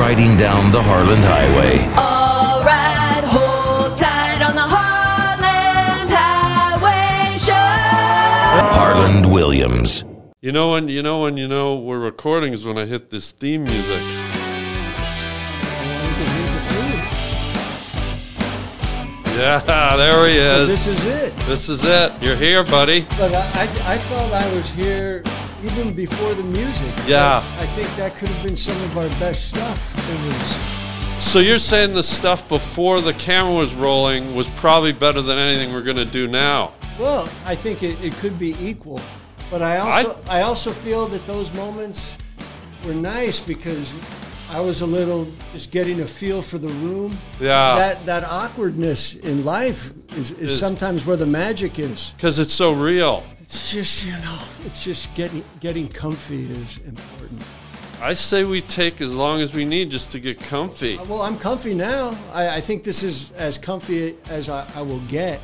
riding down the Harland Highway. All right, hold tight on the Heartland Highway Show. Harland Williams. You know when you know when you know we're recording is when I hit this theme music. Yeah, there he So is. this is it. This is it. You're here, buddy. But I, I, I felt I was here even before the music. Yeah. I think that could have been some of our best stuff. It was. So you're saying the stuff before the camera was rolling was probably better than anything we're gonna do now. Well, I think it, it could be equal. But I also I, also feel that those moments were nice because I was a little just getting a feel for the room. Yeah. That that awkwardness in life is, is Is- sometimes where the magic is. Because it's so real. It's just you know, it's just getting getting comfy is important. I say we take as long as we need just to get comfy. Well, I'm comfy now. I, I think this is as comfy as I, I will get.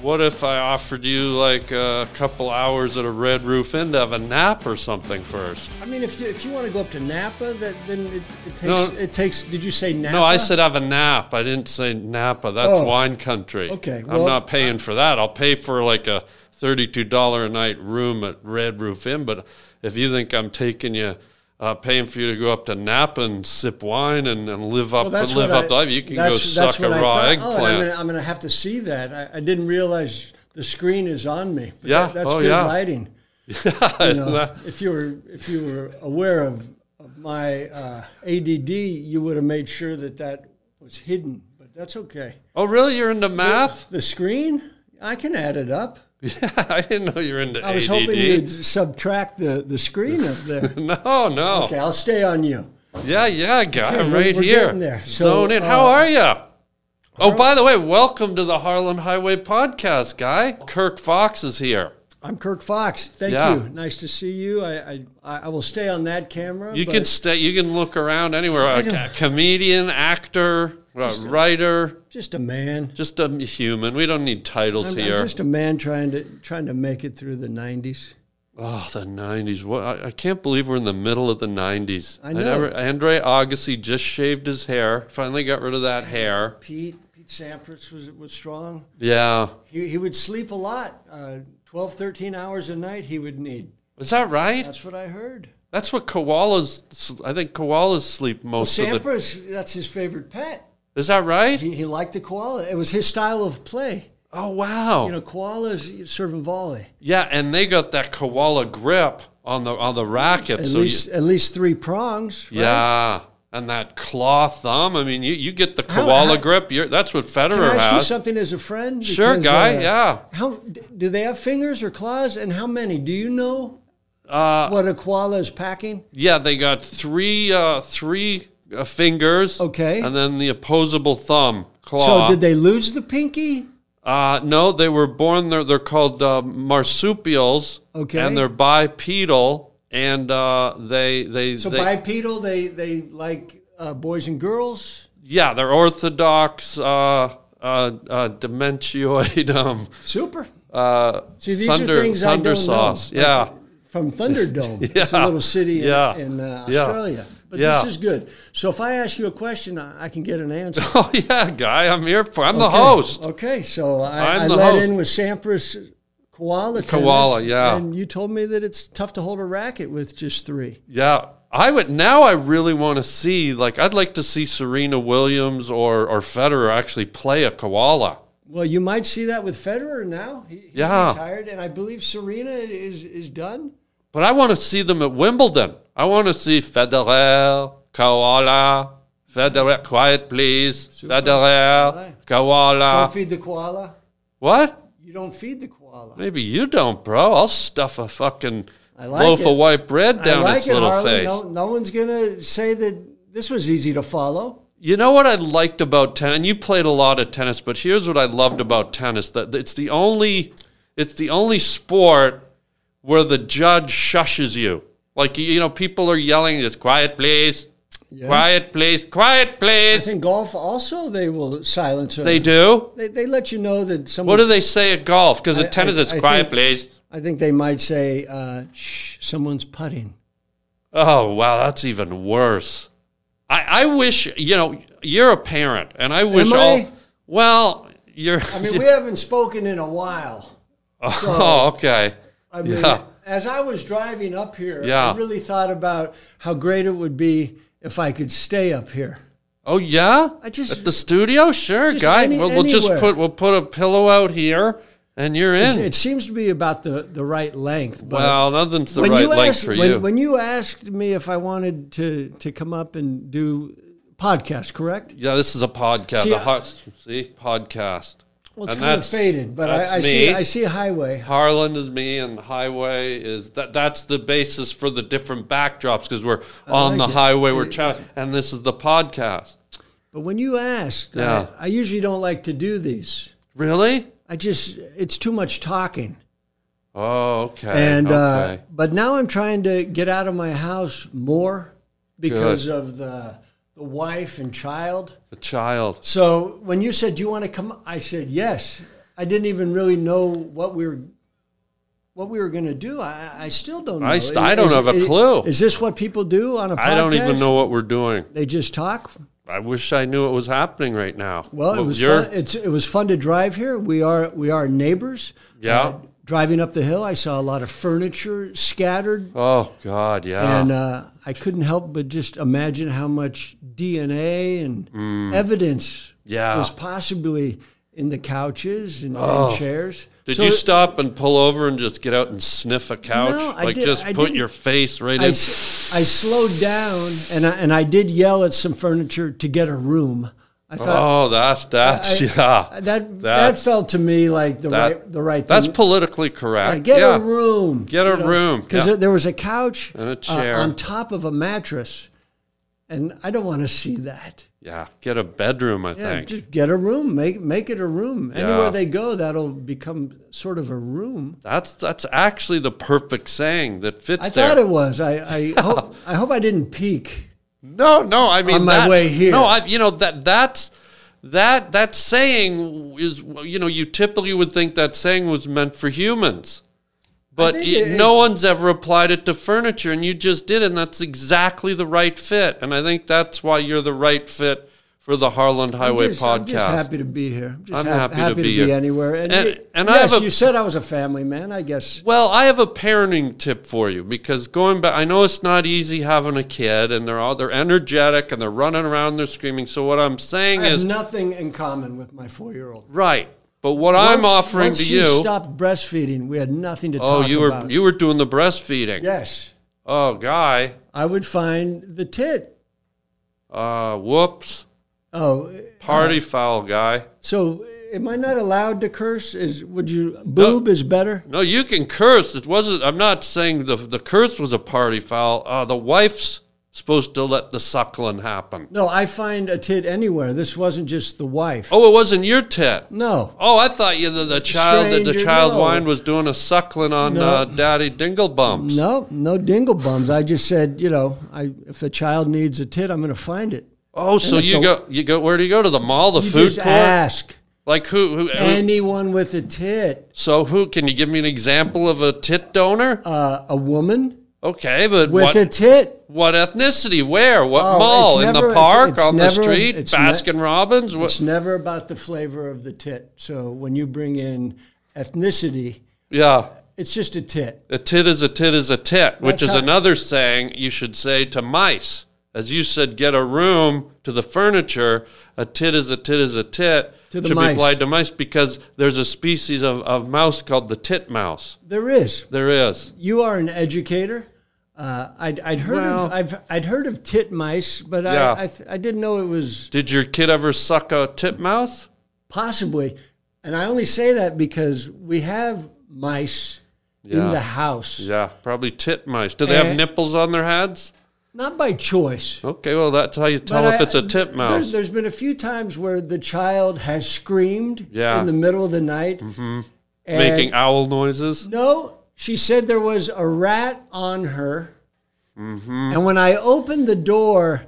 What if I offered you like a couple hours at a Red Roof Inn to have a nap or something first? I mean, if you, if you want to go up to Napa, that then it, it takes No. it takes. Did you say Napa? No, I said have a nap. I didn't say Napa. That's Oh. wine country. Okay, I'm well, not paying for that. I'll pay for like a $32 a night room at Red Roof Inn. But if you think I'm taking you, uh, paying for you to go up to Napa and sip wine and, and live up Well, and that's live what up I- to life, you can go that's- that's suck a what I raw thought. eggplant. Oh, and I'm gonna, I'm gonna have to see that. I, I didn't realize the screen is on me. But Yeah. that- that's Oh, good yeah. lighting. You know, if you were if you were aware of, of my uh, ADD, you would have made sure that that was hidden. But that's okay. oh, really? You're into math? The screen, I can add it up. I didn't know you're into I was ADD. hoping you'd subtract the, the screen up there. no, no. Okay, I'll stay on you. Yeah, yeah, guy, Okay, I'm we're- right we're here. getting there. So, Zone in. How uh, are you? Oh, by the way, welcome to the Harlan Highway Podcast, guy. Kirk Fox is here. I'm Kirk Fox. Thank Yeah. you. Nice to see you. I, I I will stay on that camera. You but can stay. You can look around anywhere. A know. co- comedian, actor, uh, writer, just a man. just a human. We don't need titles I'm, I'm here. just a man trying to trying to make it through the '90s. oh, the '90s. What? I, I can't believe we're in the middle of the '90s. I know. Andre Agassi just shaved his hair. Finally got rid of that hair. Pete Pete Sampras was was strong. Yeah. He he would sleep a lot. Uh, 12, 13 hours a night he would need. Is that right? That's what I heard. That's what koalas. I think koalas sleep most of the Sampras, that's his favorite pet. Is that right? He, he liked the koala. It was his style of play. oh wow. You know, koalas serve and volley. yeah, and they got that koala grip on the on the racket. At so you- least at least three prongs. right? yeah, and that claw thumb. I mean, you, you get the How- koala how- grip. You're, that's what Can Federer I ask you has. something as a friend? uh, Sure, guy, yeah. How d- do they have fingers or claws, and how many? Do you know Uh, what a koala is packing? Yeah, they got three uh, three uh, fingers. Okay. and then the opposable thumb claw. So did they lose the pinky? Uh, no, they were born. They're they're called uh, marsupials. Okay. and they're bipedal, and uh, they they So they, bipedal, they they like uh, boys and girls. Yeah, they're orthodox, uh, uh, uh, dementioid, um, Super. uh, See, these thunder, are things thunder I don't sauce. know. yeah. Like, from Thunderdome. It's Yeah. a little city in- Yeah. in, uh, Yeah. Australia. But Yeah. this is good. So if I ask you a question, I, I can get an answer. oh, yeah, guy, I'm here for I'm the Okay. host. Okay, so I, I'm I the let host. in with Sampras koala. tennis, Koala, yeah. And you told me that it's tough to hold a racket with just three. Yeah. I would now. I really want to see. Like, I'd like to see Serena Williams or or Federer actually play a koala. Well, you might see that with Federer now. He, he's Yeah. retired, and I believe Serena is is done. But I want to see them at Wimbledon. I want to see Federer, koala, Federer. Quiet, please. Federer, Don't koala. feed the koala. What? You don't feed the koala. Maybe you don't, bro. I'll stuff a fucking I like loaf it. of white bread down I like its it, little Harlan. face. No, no one's gonna say that this was easy to follow. You know what I liked about tennis? And you played a lot of tennis, but here's what I loved about tennis: that it's the only, it's the only sport where the judge shushes you. Like you know, people are yelling, "It's quiet, please! Quiet, please! Quiet, please!" It's in golf also. They will silence her. They do. They, they let you know that someone. What do they say at golf? Because I- at tennis, I- it's I quiet, think- please. I think they might say, uh, "Shh, someone's putting." Oh wow, that's even worse. I, I wish you know you're a parent, and I wish Am all. I? Well, you're. I mean, we haven't spoken in a while. oh, okay. I mean, Yeah. as I was driving up here, Yeah. I really thought about how great it would be if I could stay up here. Oh yeah. I just- at the studio. Sure, just guy. any- we'll, we'll just anywhere. put we'll put a pillow out here, and you're in. It seems to be about the, the right length. But well, nothing's the right length asked, for when, you. when you asked me if I wanted to, to come up and do podcast, correct? yeah, this is a podcast. See, the I- hot see podcast. Well, it's kind of faded, but that's I, I me. see I see highway. Harlan is me, and Highway is that. That's the basis for the different backdrops because we're on like the it. highway. We're chat, and this is the podcast. But when you asked, I- Yeah. I, usually don't like to do these. Really? I just it's too much talking. Oh, okay. And uh, okay. but now I'm trying to get out of my house more because of the the wife and child. the child. So when you said, "Do you want to come?" I said, "Yes." I didn't even really know what we were what we were going to do. I, I still don't know. I st- I don't have a is- clue. Is this what people do on a podcast? I don't even know what we're doing. They just talk. I wish I knew what was happening right now. Well, it was you're- fun. It's, it was fun to drive here. We are we are neighbors. Yeah. driving up the hill, I saw a lot of furniture scattered, Oh God, yeah. and uh, I couldn't help but just imagine how much DNA and evidence Mm. Yeah. Oh. was possibly in the couches and, and chairs. Did So you it- stop and pull over and just get out and sniff a couch? No, I like did- just I put didn't- your face right I, in. s- I slowed down, and I, and I did yell at some furniture to get a room. I thought. oh, that's that's uh, I- yeah. That that Oh. That's- felt to me like the That- right the right That's thing. politically correct. Uh, get yeah. a room. Get a room. Because yeah. there was a couch And a uh, chair. on top of a mattress, and I don't want to see that. Yeah, get a bedroom. I Yeah, think. just get a room. Make make it a room. Yeah. Anywhere they go, that'll become sort of a room. that's that's actually the perfect saying that fits I there. thought it was. I I hope I hope I didn't peek. No, no. I mean, On my that- way here. No, I. You know that that's that that saying is. You know, you typically would think that saying was meant for humans, but think it- it- no one's ever applied it to furniture, and you just did, and that's exactly the right fit. And I think that's why you're the right fit for the Harland Highway I'm just, podcast. I'm just happy to be here. I'm just I'm hap- happy to to be be, here. anywhere. And, And- y- and I yes, have a- you said I was a family man. I guess Well, I have a parenting tip for you because going back, I know it's not easy having a kid, and they're all they're energetic and they're running around, they're screaming. So what I'm saying I have is nothing in common with my four-year-old. right. But what I'm Once- offering once to she you, stopped breastfeeding. We had nothing to oh, talk you were about. you were doing the breastfeeding. yes. Oh, guy. I would find the tit. Uh, whoops. Oh, Party foul, guy. so am I not allowed to curse? Is would you boob is better? No, you can curse. It wasn't. I'm not saying the the curse was a party foul. Uh, the wife's supposed to let the suckling happen. No, I find a tit anywhere. This wasn't just the wife. Oh, it wasn't your tit. No, Oh, I thought you the, the child that the Stranger, child no. wine was doing a suckling on No. uh, Daddy Dinglebums. no, no dingle bums. I just said, you know, I if a child needs a tit, I'm going to find it. Oh, so And if you the- go you go where do you go to the mall, the You food just court? ask Like who, who, who- anyone with a tit, So who can you give me an example of a tit donor? uh, a woman okay, but with what a tit. what ethnicity? Where? What Oh, mall? it's In never- the it's- park? it's on never- the street? it's ne- Baskin Robbins? What, It's never about the flavor of the tit. So when you bring in ethnicity, yeah. it's just a tit. A tit is a tit is a tit, which That's is how- another saying you should say to mice. As you said, get a room to the furniture. A tit is a tit is a tit To the should be mice. applied to mice because there's a species of, of mouse called the titmouse. There is. There is. You are an educator. Uh, I'd, I'd heard Well- of I've I'd heard of titmice, but Yeah. I I, th- I didn't know it was Did your kid ever suck a titmouse? possibly. And I only say that because we have mice Yeah. in the house, Yeah, probably titmice. Do they have Eh. nipples on their heads? not by choice. Okay, well, that's how you tell But if I- it's a There's, titmouse. there's been a few times where the child has screamed Yeah. Mm-hmm. in the middle of the night, and Making owl noises. No, she said there was a rat on her. Mm-hmm. And when I opened the door,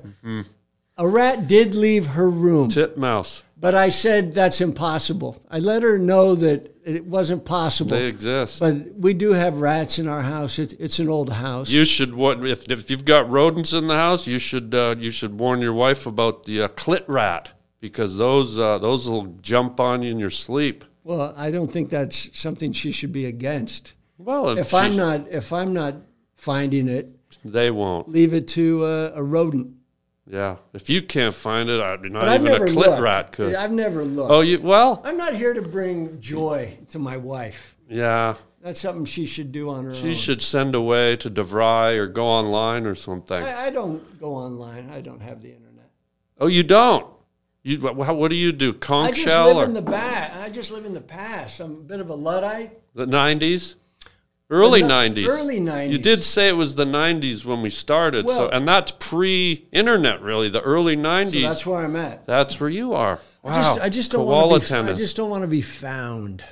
a rat did leave her room. Titmouse. But I said that's impossible. I let her know that it wasn't possible. They exist. But we do have rats in our house. It, it's an old house. You should what if if you've got rodents in the house, you should uh, you should warn your wife about the uh, clit rat because those uh, those will jump on you in your sleep. well, I don't think that's something she should be against. Well, if, If I'm she's- not, if I'm not finding it, they won't. leave it to uh, a rodent. Yeah, if you can't find it, I, not But I've even a never clit looked. rat could. I've never looked. oh, you well, I'm not here to bring joy to my wife. yeah. That's something she should do on her She own. should send away to DeVry or go online or something. I, I don't go online. I don't have the internet. oh, you don't. You wha- wha- what do you do? I Conch just shell live or in the back. I just live in the past. I'm a bit of a luddite. the nineties? Early The ni- nineties. early 90s. You did say it was the nineties when we started. so Well- and that's pre internet really, the early So nineties. that's where I'm at. that's where you are. Wow. I just, I just don't Koala want to be. tennis. I just don't want to be found.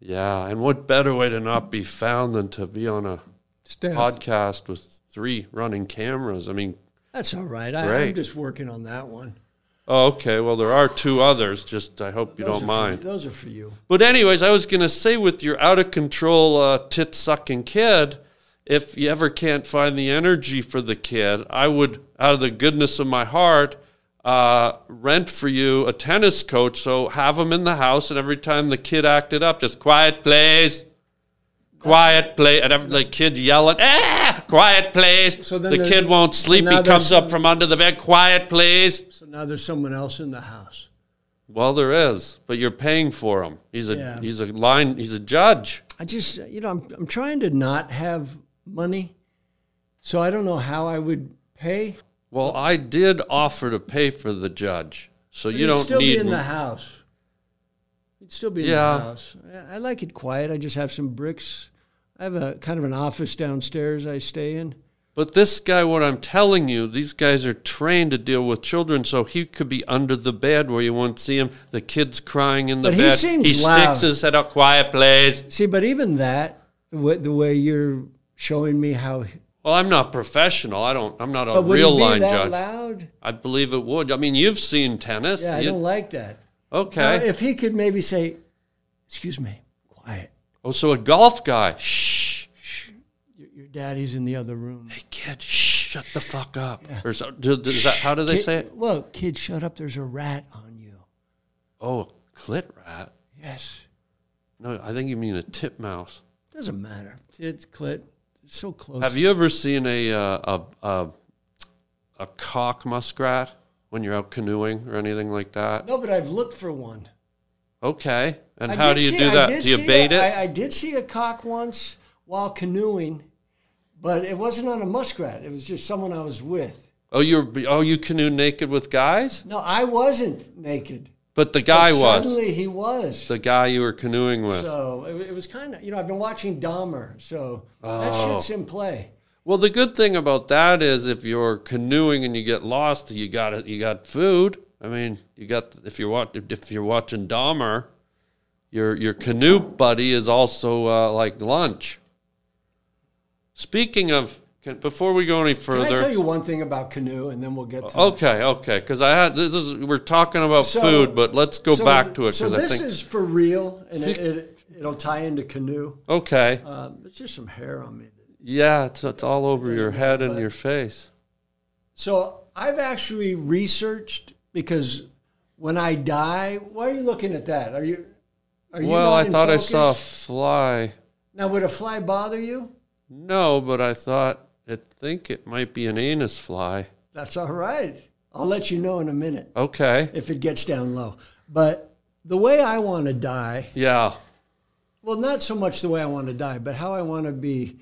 yeah, and what better way to not be found than to be on a Steph, podcast with three running cameras? I mean, that's all right. I, Great. I'm just working on that one. oh, okay. Well, there are two others. Just I hope you Those don't are for- mind. those are for you. But anyways, I was gonna say with your out of control uh, tit sucking kid, if you ever can't find the energy for the kid, I would, out of the goodness of my heart, uh, rent for you a tennis coach. So have him in the house, and every time the kid acted up, just quiet please, quiet please, and every, the kid yelling, ah, quiet please. So then the there's- kid won't sleep. now He comes there's- up from under the bed, quiet please. So now there's someone else in the house. Well, there is, but you're paying for him. He's a Yeah. he's a line. He's a judge. I just, you know, I'm, I'm trying to not have money, so I don't know how I would pay. Well, I did offer to pay for the judge, so you We'd don't still need. be in the house. We'd still be in Yeah. the house. I- I like it quiet. I just have some bricks. I have a kind of an office downstairs I stay in. but this guy, what I'm telling you, these guys are trained to deal with children, so he could be under the bed where you won't see him. The kid's crying in the But he bed. seems he loud. sticks his head out. Quiet, please. See, but even that, the way, the way you're showing me how, Well, I'm not professional. I don't. I'm not a but would real it be line that judge. loud? I believe it would. I mean, you've seen tennis. Yeah, I You- don't like that. okay. Now, if he could maybe say, "Excuse me, quiet. oh, so a golf guy. Shh. Your, your daddy's in the other room." Hey, kid. Shh. Shut the fuck up. Or so, do, does that, how do they Kid- say it? Well, kid, shut up. There's a rat on you. Oh, clit rat. Yes. No, I think you mean a tip mouse. Doesn't matter. It's clit. It's so close. Have you ever seen a uh, a, a a cock muskrat when you're out canoeing or anything like that? No, but I've looked for one. Okay, and I how did do you see- do I that? did Do you see bait a- it? I, I did see a cock once while canoeing, but it wasn't on a muskrat. It was just someone I was with. oh, you're oh you canoe naked with guys, No, I wasn't naked. but the guy But was Suddenly he was. the guy you were canoeing with. So it, it was kind of, you know, I've been watching Dahmer, so that Oh. shit's in play. Well, the good thing about that is if you're canoeing and you get lost, you got it. You got food. I mean, you got if you're watch, if you're watching Dahmer, your your canoe buddy is also uh, like lunch. Speaking of, can, before we go any Can I tell further, you one thing about canoe, and then we'll get to okay, okay, because I had this is, we're talking about So- food, but let's go So- back to it So because I this think is for real, and it, it, it'll tie into canoe. okay, Uh, there's just some hair on me. yeah, it's, it's all over your head and your face. So I've actually researched because when I die, why are you looking at that? Are you? Are you Well, not I in thought I focus? saw a fly. Now, would a fly bother you? No, but I thought I think it might be an anus fly. That's all right. I'll let you know in a minute Okay. if it gets down low. But the way I want to die, Yeah. well, not so much the way I want to die, but how I want to be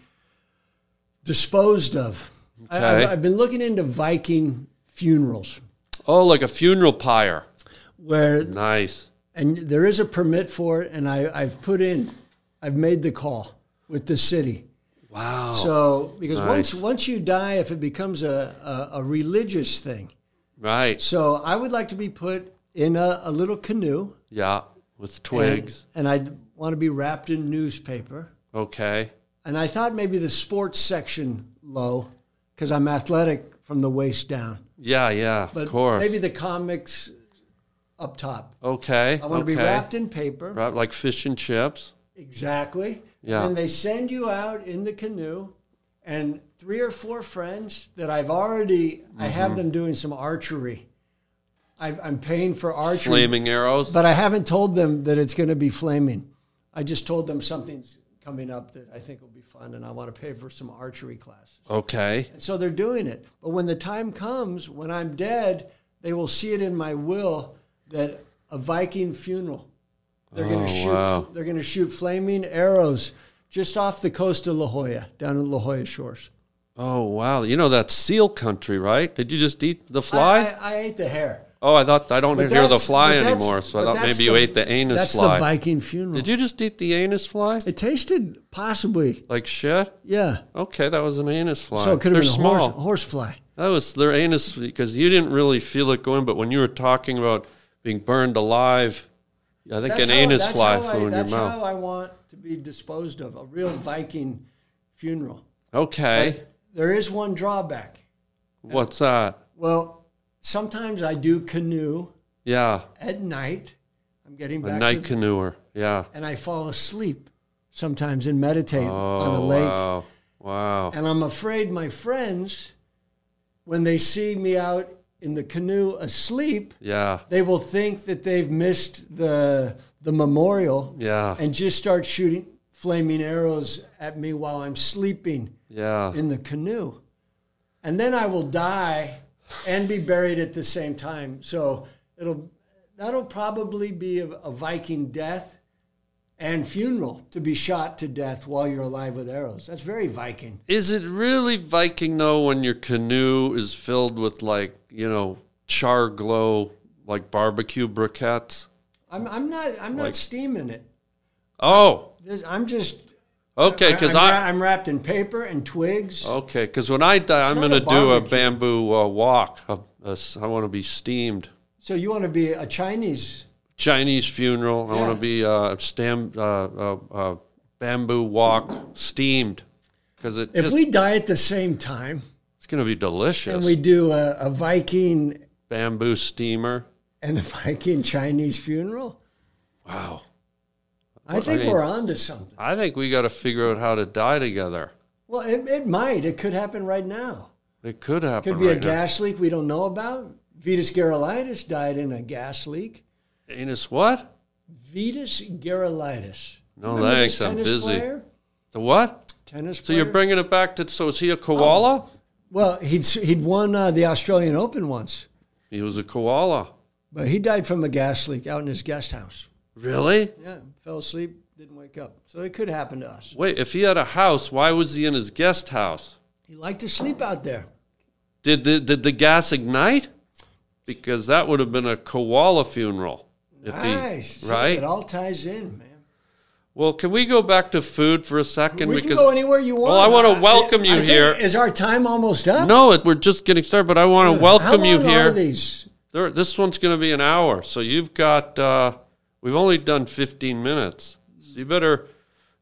disposed of. Okay. I, I've, I've been looking into Viking funerals, Oh, like a funeral pyre. where Nice. and there is a permit for it, and I, I've put in, I've made the call with the city. Wow. So because Oh, Nice. once once you die, if it becomes a, a, a religious thing, right. so I would like to be put in a, a little canoe, Yeah. With twigs. and I would want to be wrapped in newspaper. okay. And I thought maybe the sports section low, because I'm athletic from the waist down. Yeah, yeah, But of course. maybe the comics up top. Okay. I want okay. to be wrapped in paper. Wrapped like fish and chips. Exactly. Yeah. And they send you out in the canoe, and three or four friends that I've already, I Mm-hmm. have them doing some archery. i I'm paying for archery, Flaming arrows. but I haven't told them that it's going to be flaming. I just told them something's coming up that I think will be fun, and I want to pay for some archery classes. Okay. And so they're doing it. But when the time comes, when I'm dead, they will see it in my will that a Viking funeral. They're going to shoot. Oh, wow. They're going to shoot flaming arrows just off the coast of La Jolla, down at La Jolla Shores. Oh wow. You know that's seal country, right? Did you just eat the fly? I, I, I ate the hair. oh, I thought I don't But hear the that's- fly but that's- anymore, so I but thought that's maybe you the- ate the anus That's fly. the Viking funeral. Did you just eat the anus fly? It tasted possibly, Like shit. yeah. Okay, that was an anus fly. So it could They're have been a small. horse, horse fly. That was their anus because you didn't really feel it going, but when you were talking about being burned alive, I think an how- anus that's fly how I- flew in your That's how mouth. I want to be disposed of. A real Viking funeral. Okay, There is one drawback. what's that? Well, sometimes I do canoe Yeah, at night. I'm getting a back night to, canoeer. Yeah. and I fall asleep sometimes and meditate on a lake. Oh, Wow. Wow. And I'm afraid my friends, when they see me out in the canoe asleep, Yeah. they will think that they've missed the the memorial Yeah. and just start shooting flaming arrows at me while I'm sleeping Yeah. in the canoe. And then I will die and be buried at the same time. So it'll that'll probably be a, a Viking death and funeral to be shot to death while you're alive with arrows. That's very Viking. Is it really Viking though when your canoe is filled with like you know char glow like barbecue briquettes? I'm, I'm not I'm not steaming it. Oh, This, I'm just okay. Because I'm, I Oh. wra- I'm wrapped in paper and twigs. Okay, because when I die, I'm not going to a do a barbecue. bamboo uh, walk. A- a s- I want to be steamed. So you want to be a Chinese? Chinese funeral. I want Yeah. to be uh, stam, uh, uh, uh, bamboo walk steamed because it If just, we die at the same time it's going to be delicious. and we do a, a Viking bamboo steamer. and a Viking Chinese funeral, Wow. I think mean- we're on to something. I think we got to figure out how to die together. Well, it, it might. It could happen right now. It could happen. Could be right uh, a gas leak we don't know about. Vetus Gerolitis died in a gas leak. Now. Anus, what? Vetus Gerolitis. No Remember this thanks, I'm tennis busy. Player? The what? Tennis So you're player? bringing it back to? So is he a koala? Oh. well, he'd, s- he'd won uh, the Australian Open once, He was a koala. but he died from a gas leak out in his guest house. Really? Yeah, fell asleep, didn't wake up. So it could happen to us. Wait, if he had a house, why was he in his guest house? He liked to sleep out there. Did the did the gas ignite? Because that would have been a koala funeral. If he- Nice. See, right? it all ties in, man. well, can we go back to food for a second? we can go anywhere you want. Well, I want to welcome I you think- here. Is our time almost up? no, it, we're just getting started, but I want to How welcome you long Are here. these? There, this one's going to be an hour, so you've got. Uh, we've only done fifteen minutes, so you better.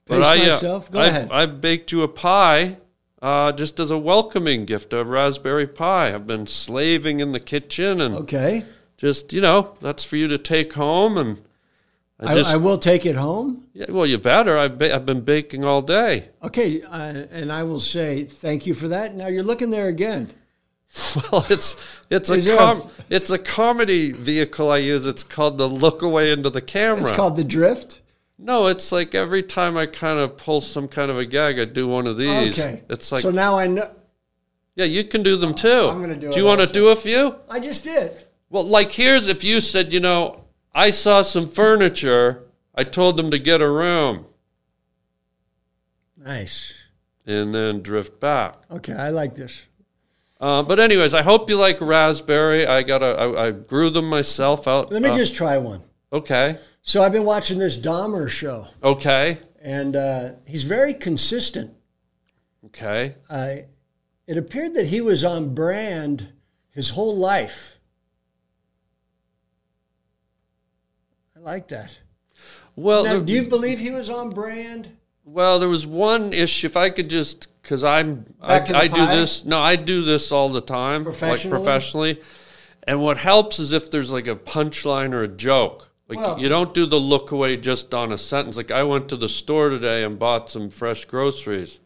Pace uh, myself. Go I, ahead. I baked you a pie, uh, just as a welcoming gift, a raspberry pie. I've been slaving in the kitchen and. Okay. just you know that's for you to take home and i I, just I will take it home. yeah, well you better I've, ba- I've been baking all day Okay. Uh, and I will say thank you for that. Now you're looking there again. well it's it's a Is there a- com- it's a comedy vehicle i use it's called the look away into the camera It's called the drift. no it's like every time i kind of pull some kind of a gag i do one of these Okay. it's like so now I know. yeah you can do them too I'm gonna do do it you want to also. do a few I just did. Well, like here's if you said, you know, I saw some furniture. I told them to get a room Nice. and then drift back. Okay. I like this. Uh, but anyways, I hope you like raspberry. I got a, I, I grew them myself out. Let me uh, just try one. Okay, So I've been watching this Dahmer show, okay, and uh, he's very consistent. okay. uh, it appeared that he was on brand his whole life. I like that. Well, Now, there, do you believe he was on brand? well, there was one issue. If I could just, because I'm, I, Back to the I do pie? this. No, I do this all the time, like Professionally? professionally. And what helps is if there's like a punchline or a joke. Like Well- you don't do the look away just on a sentence. Like I went to the store today and bought some fresh groceries.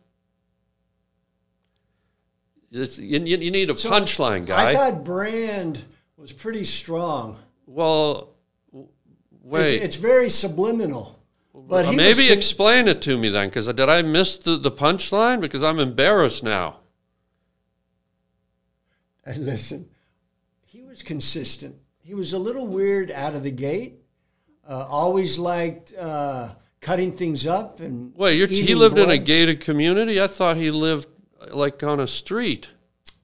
It's, you, you, you need a punchline, guy. I thought brand was pretty strong. well, w- wait. Uh, It's, it's very subliminal. But he was Maybe con- explain it to me then, because did I miss the, the punchline? Because I'm embarrassed now. And Listen, he was consistent. He was a little weird out of the gate. Uh, always liked uh, cutting things up and. Wait, you're, he eating lived in a blood. gated community? I thought he lived uh, like on a street.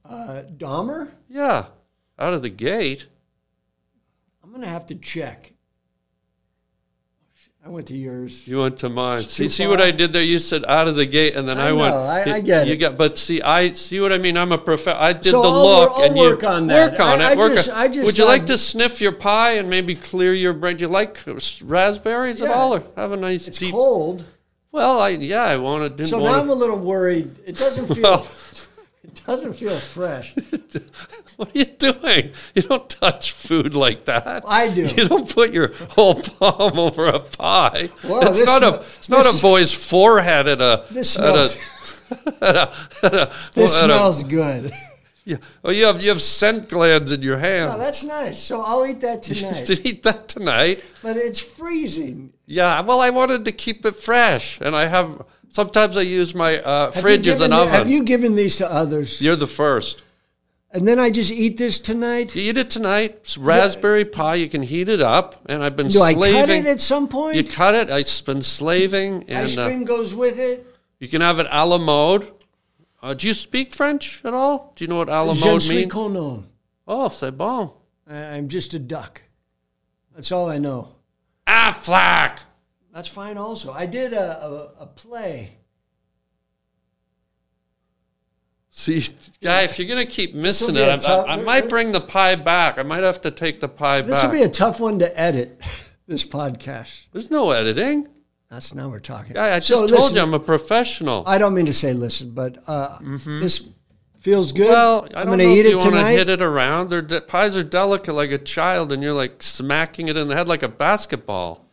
Uh, Dahmer. Yeah, out of the gate. I'm gonna have to check. Oh, I went to yours. You went to mine. See, too see what far. I did there? You said out of the gate, and then I, I went. know, I- I get you it. got, but see, I see what I mean. I'm a prof. I did So the I'll look, wor- I'll and you work on that. Work on I- it. I work just- on- I just Would you like thought- to sniff your pie and maybe clear your brain? Do you like s- raspberries at Yeah. all, or have a nice It's deep? cold, Well, I yeah, I wanted. Didn't so now want I'm a little worried. It doesn't feel. Well- it doesn't feel fresh. What are you doing? You don't touch food like that. I do. You don't put your whole palm over a pie. Whoa, it's this not a sm- it's not a this- boy's forehead at a This at a- smells. at a- at a- This at a- smells good. yeah. Oh, you have you have scent glands in your hand. Oh, that's nice. So I'll eat that tonight. to eat that tonight. but it's freezing. Yeah. Well, I wanted to keep it fresh, and I have sometimes I use my uh, Have you fridge as given an the- oven. Have you given these to others? You're the first. And then I just eat this tonight. You eat it tonight. It's raspberry pie. You can heat it up, and I've been Do I slaving. cut it at some You point? cut it. It's been slaving, Ice and uh, cream goes with it. you can have it a la mode. Uh, do you speak French at all? Do you know what a la Je ne mode suis means? qu'un homme. Oh, c'est bon. I- I'm just a duck. That's all I know. Ah, flack. That's fine. Also, I did a a, a play. See, guy, if you're gonna keep missing be it, a I, tough- I- I might bring the pie back. I might have to take the pie This back. will be a tough one to edit. This podcast. There's no editing. That's now we're talking. Guy, I just So told listen, you I'm a professional. I don't mean to say listen, but uh, this feels good. Mm-hmm. well, I I'm don't gonna know if eat you it want to tonight. hit it around. They're de- pies are delicate like a child, and you're like smacking it in the head like a basketball.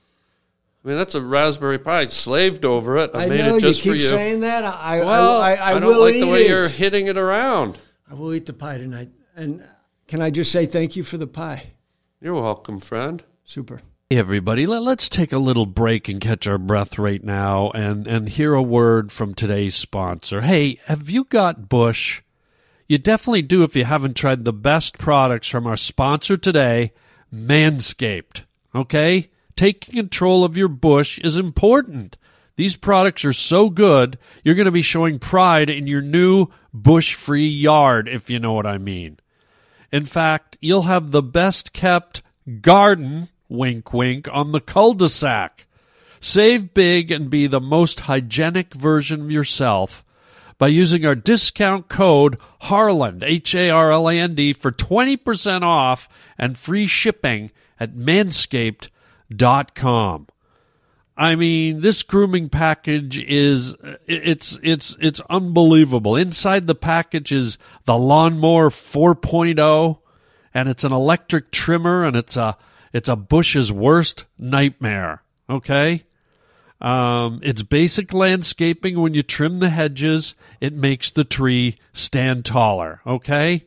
I mean, that's a raspberry pie. I slaved over it. I, I made know it just you for keep you. saying that. I well, I, I, I, don't will like eat the way it. you're hitting it around. I will eat the pie tonight. And uh, can I just say thank you for the pie? You're welcome, friend. Super. Hey everybody, let, us take a little break and catch our breath right now and, and hear a word from today's sponsor. Hey, have you got Bush? You definitely do if you haven't tried the best products from our sponsor today, Manscaped. Okay? Taking control of your bush is important. These products are so good, you're going to be showing pride in your new bush free yard, if you know what I mean. In fact, you'll have the best kept garden, wink wink, on the cul de sac. Save big and be the most hygienic version of yourself by using our discount code HARLAND, H A R L A N D, for 20% off and free shipping at manscaped.com. I mean, this grooming package is it's it's it's unbelievable. Inside the package is the lawnmower 4.0 and it's an electric trimmer and it's a it's a Bush's worst nightmare, okay? Um, it's basic landscaping when you trim the hedges, it makes the tree stand taller, okay?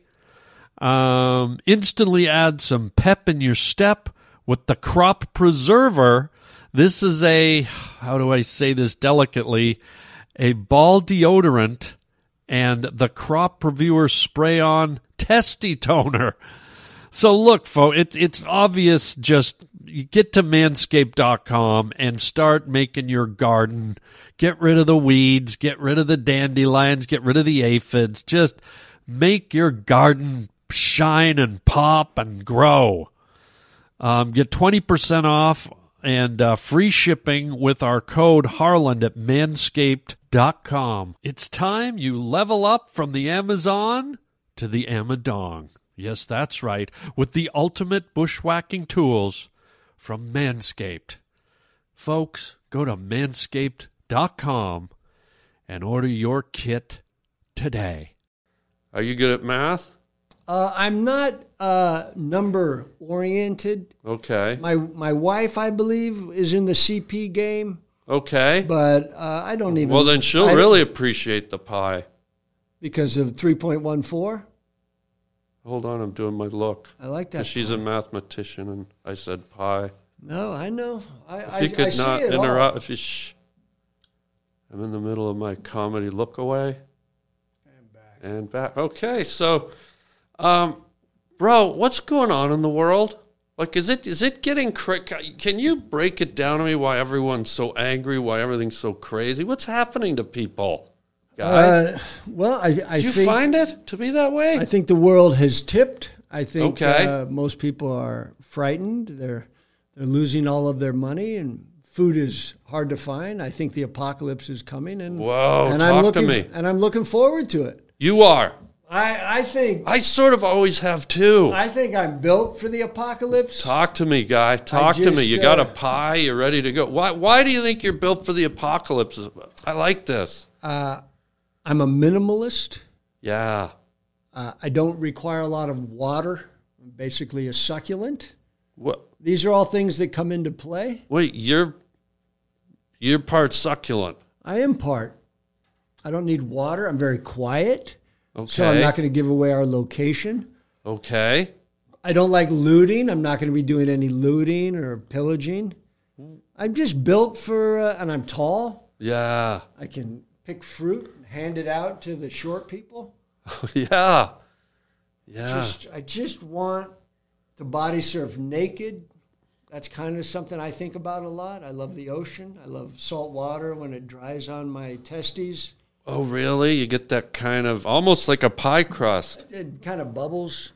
Um, instantly add some pep in your step with the crop preserver. This is a, how do I say this delicately, a ball deodorant and the crop reviewer spray on testy toner. So look, folks, it's it's obvious. Just you get to manscaped.com and start making your garden. Get rid of the weeds. Get rid of the dandelions. Get rid of the aphids. Just make your garden shine and pop and grow. Um, get twenty percent off and uh, free shipping with our code Harland at manscaped.com. It's time you level up from the Amazon to the Amadong. Yes, that's right, with the ultimate bushwhacking tools from Manscaped. Folks, go to manscaped.com and order your kit today. Are you good at math? Uh, I'm not uh, number oriented. Okay. My my wife, I believe, is in the CP game, Okay. but uh, I don't even. Well, then she'll I- really appreciate the pie. because of 3.14. Hold on, I'm doing my look. I like 'Cause that. She's a mathematician, and I said pie. no, I know. I I, If you I could see not it all. interrupt, if you shh, I'm in the middle of my comedy look away. And back. Okay, so, um, bro, what's going on in the world? Like, is it is it getting crazy? Can you break it down to me? Why everyone's so angry? Why everything's so crazy? What's happening to people, guy? Uh, well, I I Do you think find it to be that way? I think the world has tipped. I think Okay. uh, most people are frightened. They're they're losing all of their money, and food is hard to find. I think the apocalypse is coming, and Whoa, and talk I'm to looking me. and I'm looking forward to it. you are. I I think I sort of always have too. I think I'm built for the apocalypse. Talk to me, guy. Talk to me. just, You got uh, a pie. You're ready to go. Why? Why do you think you're built for the apocalypse? I like this. I'm a minimalist. Yeah. Uh, I don't require a lot of water. I'm basically a succulent. What? These are all things that come into play. Wait. You're you're part succulent. I am part. I don't need water. I'm very quiet. Okay. So I'm not going to give away our location. okay. I don't like looting. I'm not going to be doing any looting or pillaging. I'm just built for, uh, and I'm tall. Yeah. I can pick fruit and hand it out to the short people. yeah. Yeah. Just, I just want to body surf naked. That's kind of something I think about a lot. I love the ocean. I love salt water when it dries on my testes. oh, really? You get that kind of almost like a pie crust. It kind of bubbles.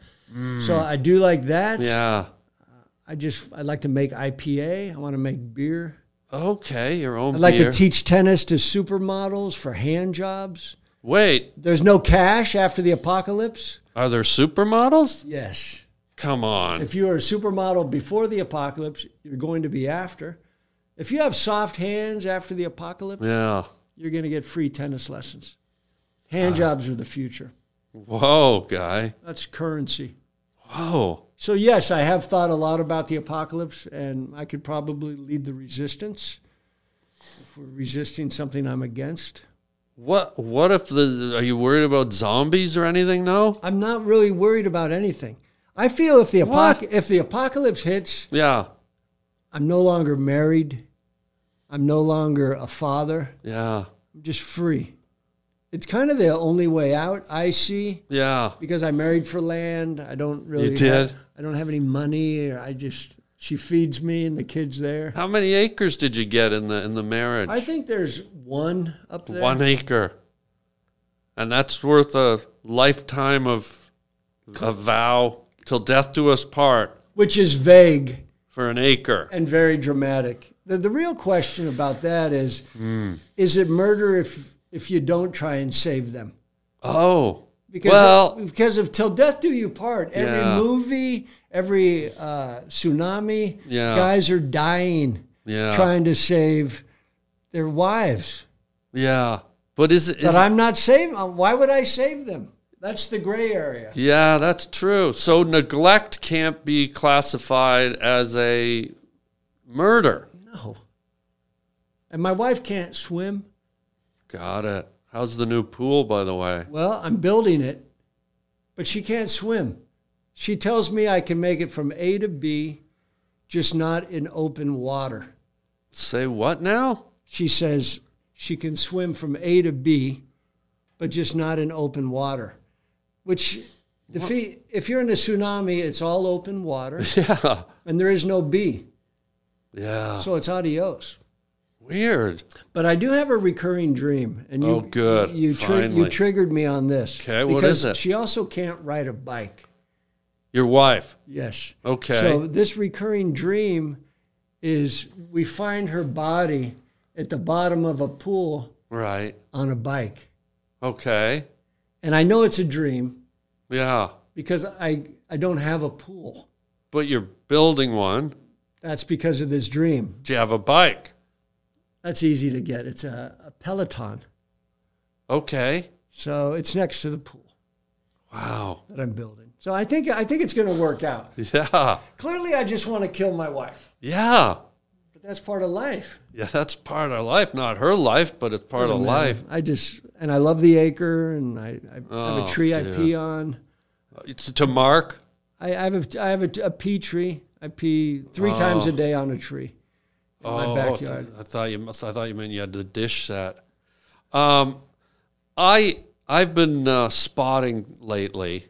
So I do like that. Mm. Yeah. I just I like to make IPA. I want to make beer. Okay. Your own I'd like beer. to teach tennis to supermodels for hand jobs. Wait. There's no cash after the apocalypse. Are there supermodels? Yes. Come on. If you are a supermodel before the apocalypse, you're going to be after. If you have soft hands after the apocalypse, Yeah. you're going to get free tennis lessons. Ah. Hand jobs are the future. Whoa, guy. That's currency. Whoa. So yes, I have thought a lot about the apocalypse, and I could probably lead the resistance if we're resisting something I'm against. What what if the are you worried about zombies or anything now? I'm not really worried about anything. I feel if the What? apoc- if the apocalypse hits, Yeah. I'm no longer married. I'm no longer a father. Yeah. I'm just free. It's kind of the only way out I see Yeah. because I married for land. I don't really did? Have, I don't have any money or I just she feeds me and the kids there. How many acres did you get in the in the marriage? I think there's one up there. One acre. And that's worth a lifetime of a vow till death do us part which is vague for an acre. and very dramatic. The, the real question about that is Hmm. is it murder if if you don't try and save them? Oh. Because well, because of till death do you part. Every Yeah. movie, every uh, tsunami, Yeah. guys are dying yeah. trying to save their wives. Yeah. But is it But is, I'm not saving. uh, Why would I save them? That's the gray area. Yeah, that's true. So neglect can't be classified as a murder. No. And my wife can't swim. Got it. How's the new pool, by the way? Well, I'm building it, but she can't swim. She tells me I can make it from A to B, just not in open water. Say what now? She says she can swim from A to B, but just not in open water, which defeat, if you're in a tsunami, it's all open water Yeah. and there is no B. Yeah. So it's adios. Weird. But I do have a recurring dream, and you, Oh, good. you, tri- you Finally. triggered me on this. Okay, what because is it? She also can't ride a bike. Your wife. Yes. Okay. So this recurring dream is we find her body at the bottom of a pool right. on a bike. Okay. And I know it's a dream Yeah. because I, I don't have a pool. But you're building one. That's because of this dream. Do you have a bike? That's easy to get. It's a, a Peloton. Okay. So it's next to the pool. Wow. that I'm building. So I think I think it's going to work out. Yeah. Clearly, I just want to kill my wife, Yeah. but that's part of life. Yeah, that's part of our life. Not her life, but it's part of life. I just and I love the acre, and I, I have Oh, a tree dear. I pee on. It's to Mark. I, I have a I have a, a pee tree. I pee three Oh. times a day on a tree in my backyard. I thought you must. I thought you meant you had the dish set. Um, I I've been uh, spotting lately,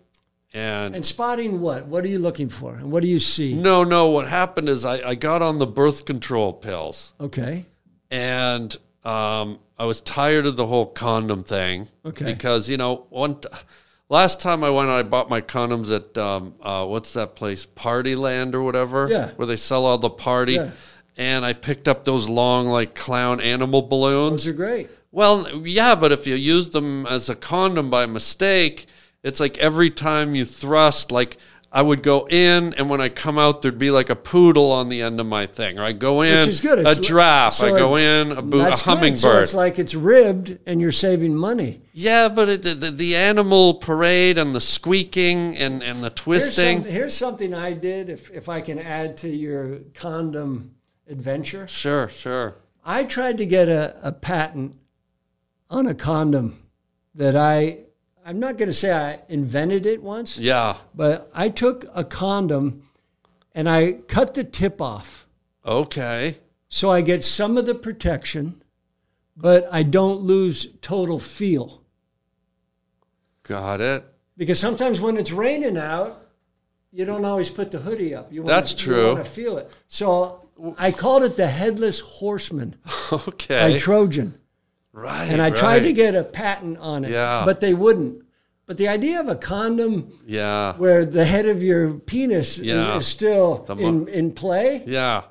and, And spotting what? What are you looking for? And what do you see? no, no. What happened is I, I got on the birth control pills, Okay. and um, I was tired of the whole condom thing. Okay. Because you know one. T- Last time I went, I bought my condoms at um, uh, what's that place, Partyland or whatever, Yeah. where they sell all the party. Yeah. And I picked up those long, like clown animal balloons. Those are great. Well, yeah, but if you use them as a condom by mistake, it's like every time you thrust, like I would go in, and when I come out, there'd be like a poodle on the end of my thing. Or I go in, Which is good. a It's li- giraffe. so I go it- in, a, boo- a That's great. hummingbird. So it's like it's ribbed, and you're saving money. yeah, but it, the, the animal parade and the squeaking and, and the Here's, some- twisting. here's something I did. If if I can add to your condom adventure, Sure, sure. I tried to get a, a patent on a condom that I I'm not going to say I invented it once, Yeah. but I took a condom and I cut the tip off. Okay. So I get some of the protection, but I don't lose total feel. Got it. Because sometimes when it's raining out, you don't always put the hoodie up. You wanna, That's true. You want to feel it. So I called it the headless horseman Okay. by Trojan. right. And I tried to right. get a patent on it, Yeah. but they wouldn't. But the idea of a condom Yeah. where the head of your penis is- Yeah. is, still The mo- in, in play, Yeah.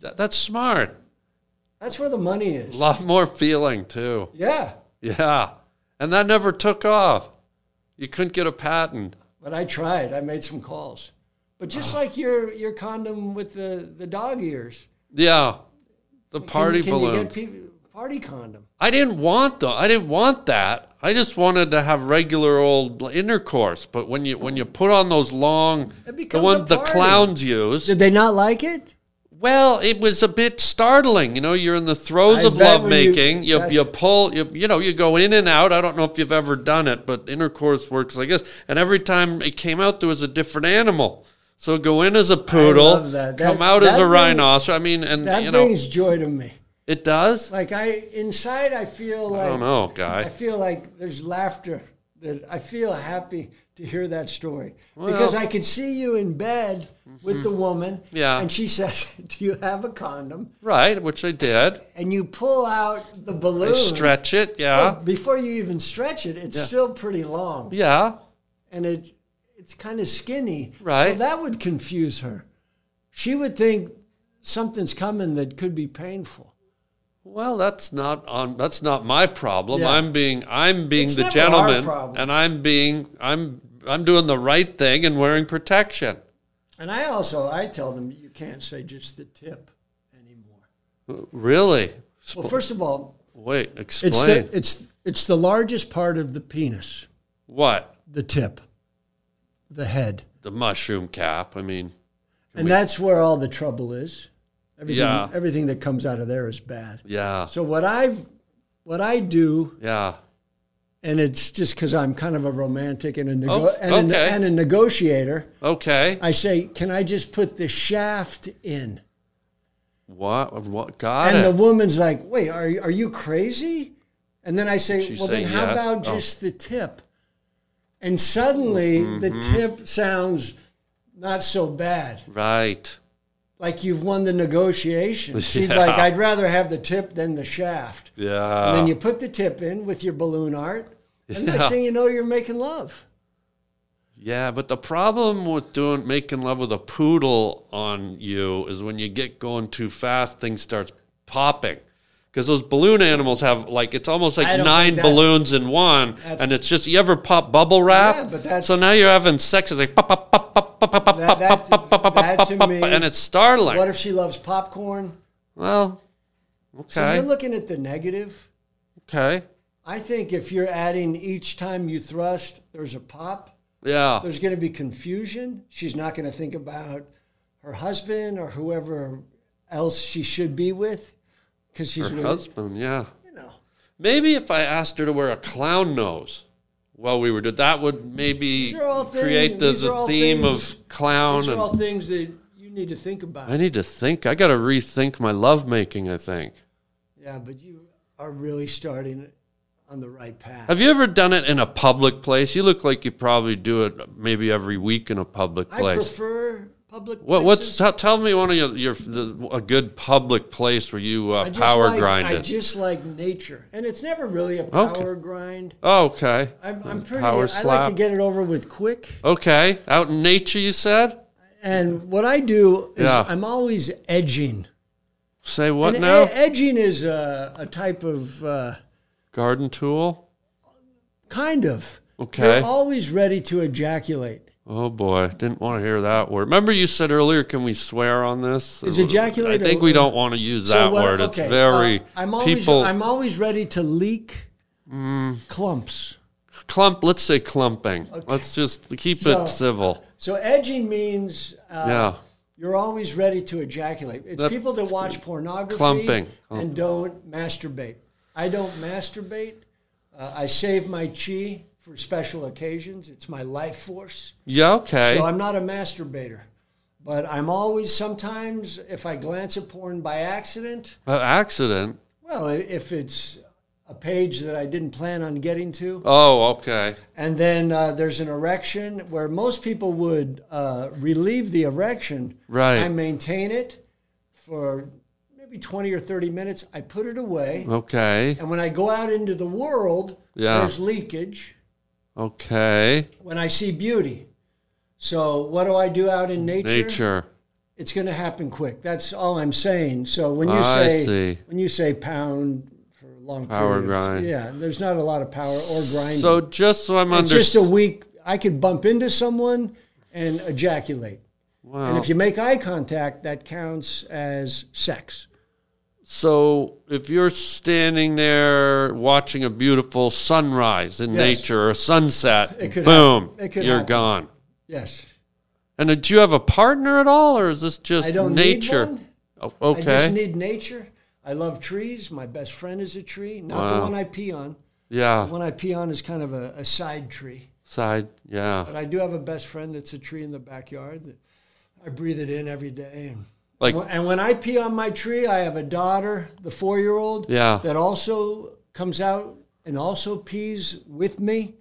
That, that's smart. that's where the money is. lot more feeling too. Yeah. Yeah. And that never took off. You couldn't get a patent. But I tried. I made some calls. But just like your your condom with the, the dog ears. Yeah. The Can- party can, balloon. you get people, party condom? I didn't want the I didn't want that. I just wanted to have regular old intercourse. But when you when you put on those long It the becomes a ones the party. clowns use, Did they not like it? Well, it was a bit startling. You know, you're in the throes I of bet when you- lovemaking. You, you, that's- pull, you, you know, you go in and out. I don't know if you've ever done it, but intercourse works like this. And every time it came out, there was a different animal. So go in as a poodle, love that. That- come out as that a brings- rhinoceros. I mean, and That you know, brings joy to me. it does. Like I inside, I feel like I don't know, I guy. feel like there's laughter. That I feel happy to hear that story because I could see you in bed with the woman, Mm-hmm. Yeah. and she says, "Do you have a condom?" Right, which I did. And you pull out the balloon. I stretch it. Yeah, Before you even stretch it, it's still pretty long, yeah. and it it's kind of skinny. Right. So that would confuse her. She would think something's coming that could be painful. Well, that's not on. That's not my problem. Yeah. I'm being I'm being It's the never our gentleman, problem. and I'm being I'm I'm doing the right thing and wearing protection. And I also I tell them you can't say just the tip anymore. Really? Well, first of all, Wait, explain it's the, it's it's the largest part of the penis, what the tip, the head, the mushroom cap. I mean, and that's where all the trouble is. Everything, Yeah. everything that comes out of there is bad. yeah, So what I've what I do, yeah, and it's just because I'm kind of a romantic and a nego- Oh, and, a, okay. and a negotiator. okay. I say, can I just put the shaft in? what? What? Got and it. the woman's like, "Wait, are you- are you crazy?" And then I say, She "Well, say then how yes? about Oh. just the tip?" And suddenly the Mm-hmm. tip sounds not so bad. right. Like you've won the negotiation. She's like, "I'd rather have the tip than the shaft." Yeah. And then you put the tip in with your balloon art, and Yeah. next thing you know, you're making love. Yeah, but the problem with doing making love with a poodle on you is when you get going too fast, things starts popping. Because those balloon animals have like it's almost I like don't nine think that's- balloons in one, that's- and it's just you ever pop bubble wrap. Yeah, but that's- so now you're having sex. It's like pop pop pop pop pop pop pop That- pop that- pop pop pop that pop to pop, me- and it's startling. What if she loves popcorn? well, So okay, you're looking at the negative. okay, I think if you're adding each time you thrust, there's a pop. Yeah. There's going to be confusion. She's not going to think about her husband or whoever else she should be with because she's Her with, husband, yeah. you know. Maybe if I asked her to wear a clown nose while we were doing that would maybe are all things- create the, these are the all theme things- of clown These are and all things that you need to think about. Oh, I need to think. I got to rethink my lovemaking, I think. yeah, but you are really starting on the right path. Have you ever done it in a public place? You look like you probably do it maybe every week in a public I place. prefer public. what, what's places. t- tell me one of your, your the, a good public place where you I uh, just power like, grinded. I just like nature, and it's never really a power grind. oh, okay. I'm, I'm pretty. Power I like slap. to get it over with quick. Okay, out in nature, you said. And what I do is Yeah. I'm always edging. Say what And now? e- edging is a, a type of uh, Garden tool. kind of. Okay. You're always ready to ejaculate. Oh boy, didn't want to hear that word. Remember, you said earlier, can we swear on this? Is ejaculate I think a- we don't want to use So that what- word. okay, it's very uh, I'm always, people Mm. I'm always ready to leak clumps. clump. Let's say clumping. Let's just keep So- it civil. So edging means uh, yeah. you're always ready to ejaculate. It's That- people that watch pornography Clumping. and don't masturbate. I don't masturbate. Uh, I save my chi for special occasions. It's my life force. Yeah. Okay. So I'm not a masturbator, but I'm always sometimes if I glance at porn by accident. By Uh, accident. Well, i- if it's a page that I didn't plan on getting to, Oh, okay. and then uh, there's an erection where most people would uh, relieve the erection. Right. I maintain it for maybe 20 or 30 minutes. I put it away, Okay. and when I go out into the world, Yeah. there's leakage. Okay. When I see beauty. So, what do I do out in Nature. it's going to happen quick. That's all I'm saying. So when you I say see. when you say pound for a long Power period of t- grind. yeah, there's not a lot of power or grinding. So just so I'm it's under. just a weak. I could bump into someone and ejaculate, and Wow. if you make eye contact, that counts as sex. So if you're standing there watching a beautiful sunrise in Yes. nature or sunset, could boom, happen. It could you're happen. gone. Yes, And did you have a partner at all, or is this just I don't nature? need one. Oh, I okay. just need nature. I love trees. My best friend is a tree, not the Wow. one I pee on. yeah. The one I pee on is kind of a, a side tree. Side. Yeah. But I do have a best friend that's a tree in the backyard that I breathe it in every day. And, Like- and when I pee on my tree, I have a daughter, the four year old, Yeah. that also comes out and also pees with me.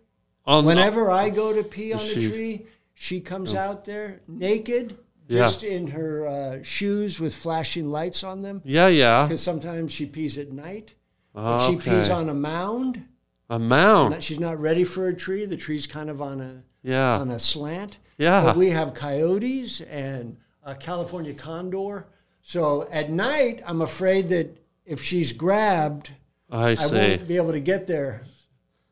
On uh, Whenever I go to pee on She- Oh. the tree, she comes out there naked, Yeah. just in her uh, shoes with flashing lights on them. Yeah. Yeah. Oh, Because sometimes she pees at night. but She pees Okay. on a mound. A mound. Not- She's not ready for a tree. The tree's kind of on a Yeah. on a slant. Yeah. But we have coyotes and a California condor. So at night, I'm afraid that if she's grabbed, I I see. won't be able to get there.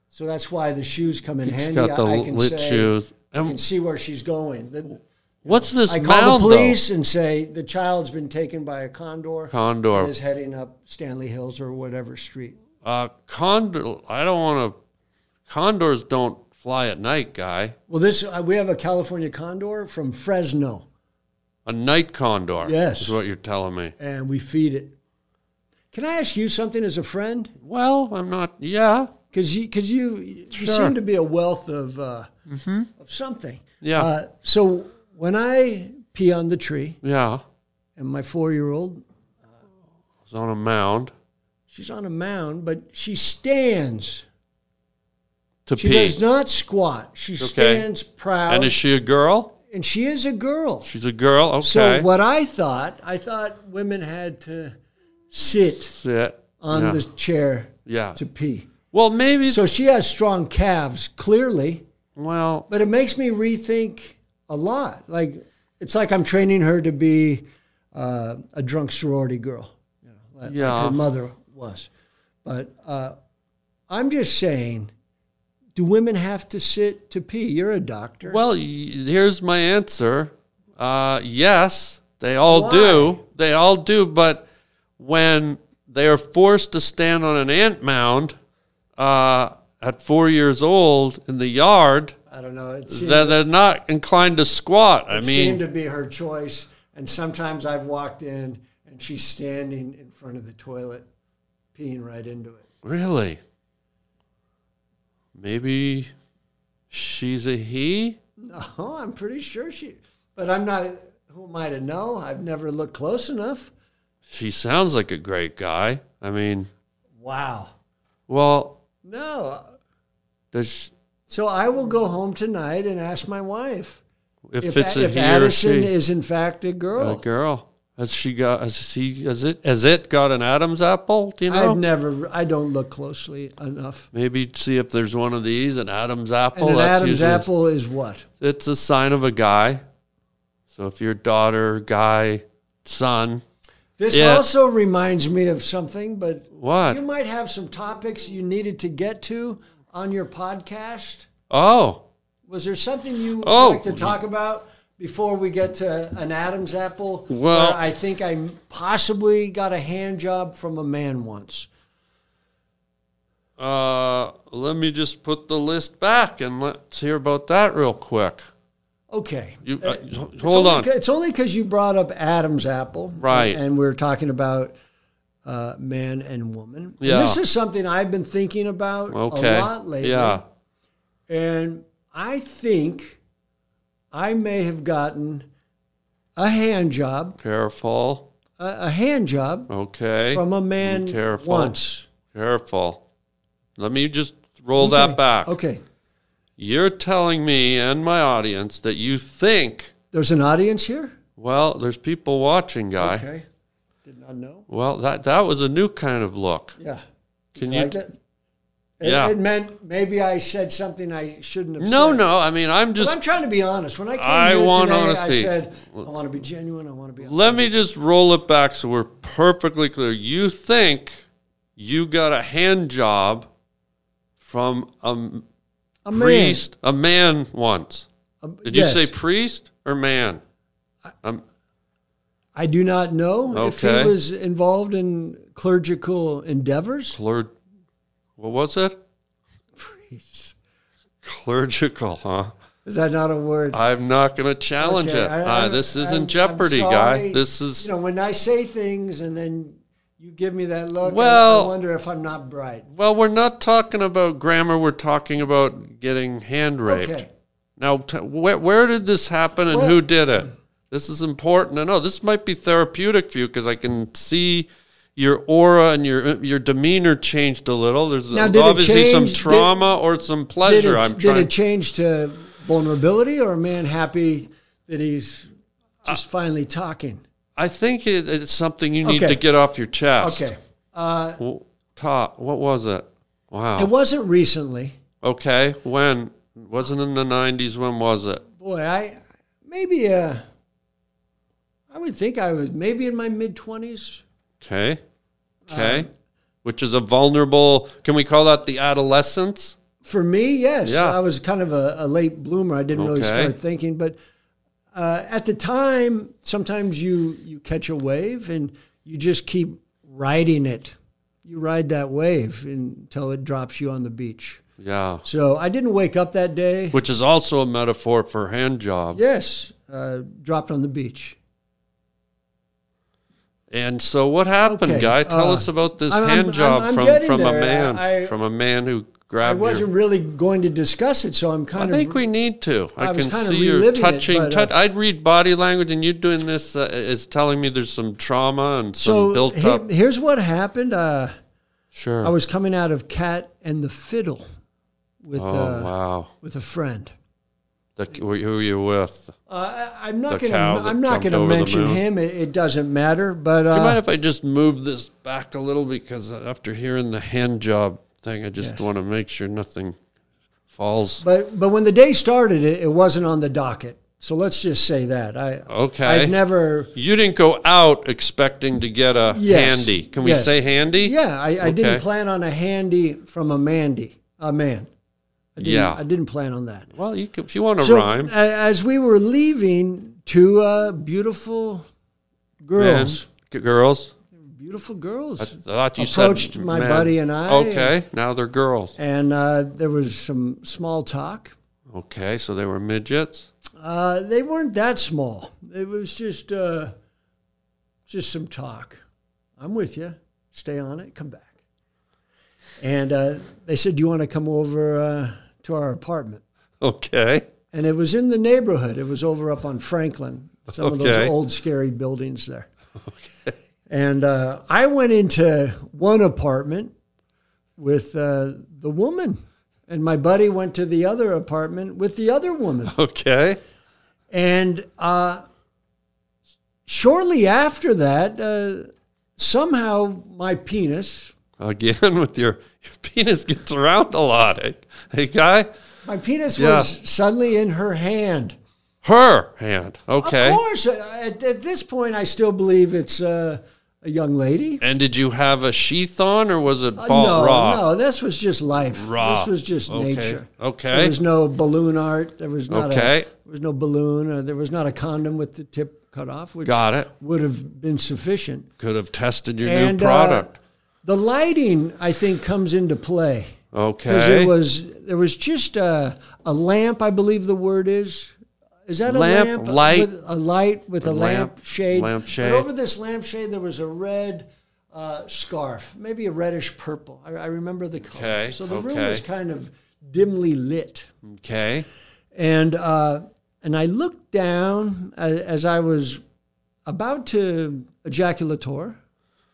So that's why the shoes come in She's handy. got the I, I can lit say, shoes. I can And see where she's going. The- what's this I call mound the police and say the child's been taken by a condor. though? Condor. and is heading up Stanley Hills or whatever street. Uh, condor. I don't want to. Condors don't fly at night, guy. Well, this uh, we have a California condor from Fresno. A night condor. Yes. is what you're telling me. and we feed it. Can I ask you something as a friend? Well, I'm not. Yeah. Because you, cause you, you Sure. Mm-hmm. seem to be a wealth of, uh, of something. Yeah. Uh, so when I pee on the tree, Yeah. and my four year old, It's on a mound she's on a mound, but she stands. to She pee. does not squat. She stands proud. and is she a girl? and she is a girl. She's a girl. Okay. So what I thought, I thought women had to sit Sit on yeah. the chair Yeah. to pee. Well, maybe. So she has strong calves, clearly. well, but it makes me rethink a lot. Like it's like I'm training her to be uh, a drunk sorority girl, you know, like, like Yeah. her mother was. But uh, I'm just saying, do women have to sit to pee? You're a doctor. well. y- Here's my answer. Uh, yes, they all do. They all do. But when they are forced to stand on an ant mound, uh, at four years old in the yard, I don't know. It seemed, they're, they're not inclined to squat. I seemed mean, to be her choice. And sometimes I've walked in and she's standing in front of the toilet, peeing right into it. really? Maybe she's a he? No, I'm pretty sure she, but I'm not, who am I to know? I've never looked close enough. She sounds like a great guy. I mean, Wow. well, No. does, So I will go home tonight and ask my wife if, if, it's a if he Addison or she, is in fact a girl. a girl. Has she got? Has he? Has it? Has it got an Adam's apple? Do you know? I've never, I don't look closely enough. Maybe see if there's one of these. An Adam's apple. And an that's Adam's usually- apple is what? It's a sign of a guy. So if your daughter, guy, son, This Yeah. also reminds me of something, but what? you might have some topics you needed to get to on your podcast. Oh, Was there something you would Oh. like to talk about before we get to an Adam's apple? Well- where I think I possibly got a hand job from a man once. uh, let me just put the list back and let's hear about that real quick. Okay. You uh, h- It's hold only on. c- It's only because you brought up Adam's apple, Right. And, we're talking about uh, man and woman. And Yeah. this is something I've been thinking about Okay. a lot lately. Yeah. And I think I may have gotten a hand job, Careful. a, a hand job Okay. from a man careful. once. Careful. Let me just roll that back. Okay. You're telling me and my audience that you think, There's an audience here. well, there's people watching, guy. Okay. Did not know. Well, that that was a new kind of look. Yeah. Can you Like that. It, Yeah. it meant maybe I said something I shouldn't have No, said. no. I mean, I'm But just. I'm trying to be honest. When I came I here want today, honesty. I said I want to be genuine. I want to be. Honest. let me just roll it back so we're perfectly clear. You think you got a hand job from a m- A man. priest, a man once? A- Did yes. you say priest or man? Um, I do not know if he Okay. was involved in clerical endeavors. Clerg. What was it? Clerical, huh? Is that not a word? I'm not going to challenge Okay, it. I- Ah, I'm- this I'm- isn't I'm Jeopardy, sorry. guy. This is you know when I say things and then you give me that look. and I Well- wonder if I'm not bright. well. We're not talking about grammar. We're talking about getting hand raped. Okay. Now, t- where, where did this happen and Well- who did it? This is important to know. This might be therapeutic for you because I can see your aura and your your demeanor changed a little. There's Now, did it obviously some change- did- trauma or some Did pleasure. it, I'm did trying. it change to vulnerability or a man happy that he's Uh, just finally talking? I think it, it's something you need Okay. to get off your chest. Okay. W- Ta, what was it? Wow. It wasn't recently. okay. When wasn't in the '90s? When was it? Boy, I maybe uh, I would think I was maybe in my mid twenties. Okay. Okay. Um, Which is a vulnerable. Can we call that the adolescence? For me, yes, Yeah. I was kind of a, a late bloomer. I didn't really Okay. start thinking, but uh, at the time, sometimes you you catch a wave and you just keep riding it. You ride that wave until it drops you on the beach. Yeah. So I didn't wake up that day. which is also a metaphor for hand job. Yes, uh, dropped on the beach. And so, what happened, Okay, guy? Tell uh, us about this I'm- I'm- hand job I'm- I'm from, getting from a there. man, I- from a man who I grabbed wasn't your. really going to discuss it, so I'm I kind of think we need to. I, I was can kind of see you reliving it, touching. but, uh, tou- I'd read body language, and you doing this uh, is telling me there's some trauma and some so built he- up. here's what happened. Uh, Sure. I was coming out of Cat and the Fiddle with oh uh, wow. with a friend. The, who were you with? Uh, I- I'm not The going cow to that I'm not jumped going to over the mention moon. him. It, it doesn't matter. But Do you mind uh, if I just move this back a little because uh, after hearing the hand job thing, I just want to make sure nothing falls. but but when the day started, it, it wasn't on the docket. So let's just say that I Okay. I've never You didn't go out expecting to get a Yes. handy. Can we Yes. say handy? yeah I, I didn't Okay. plan on a handy from a Mandy a man. I didn't, Yeah. I didn't plan on that. Well, you can, if you want to So rhyme, a- as we were leaving, two uh, beautiful man, girls. g- girls. beautiful girls I thought you approached said my men. buddy and I. Okay, now they're girls. And uh, there was some small talk. Okay, so they were midgets. Uh, they weren't that small. It was just uh, just some talk. I'm with you. Stay on it. Come back. And uh, they said, "Do you want to come over uh, to our apartment?" Okay. And it was in the neighborhood. It was over up on Franklin. Some of those Okay. old scary buildings there. And uh, I went into one apartment with uh, the woman, and my buddy went to the other apartment with the other woman. Okay. And uh, shortly after that, uh, somehow my penis, Again, with your, your penis gets around a lot. Hey, hey guy. my penis Yeah. was suddenly in her hand. Her hand. Okay. Of course, uh, at, at this point, I still believe it's uh, a young lady. And did you have a sheath on or was it Uh, ball no, raw? no, this was just life. Raw. This was just Okay, nature. okay. There was no balloon art. There was not Okay. a, there was no balloon. Or there was not a condom with the tip cut off, which Got it. would have been sufficient. Could have tested your And, new uh, product. the lighting I think comes into play because okay. it was there was just a, a lamp I believe the word is is that Lamp, a lamp light. with a light with a, lamp, lamp, shade lampshade. but over this lampshade there was a red uh, scarf maybe a reddish purple I, I remember the color Okay, so the room okay. was kind of dimly lit okay. and uh, and I looked down as, as I was about to ejaculator.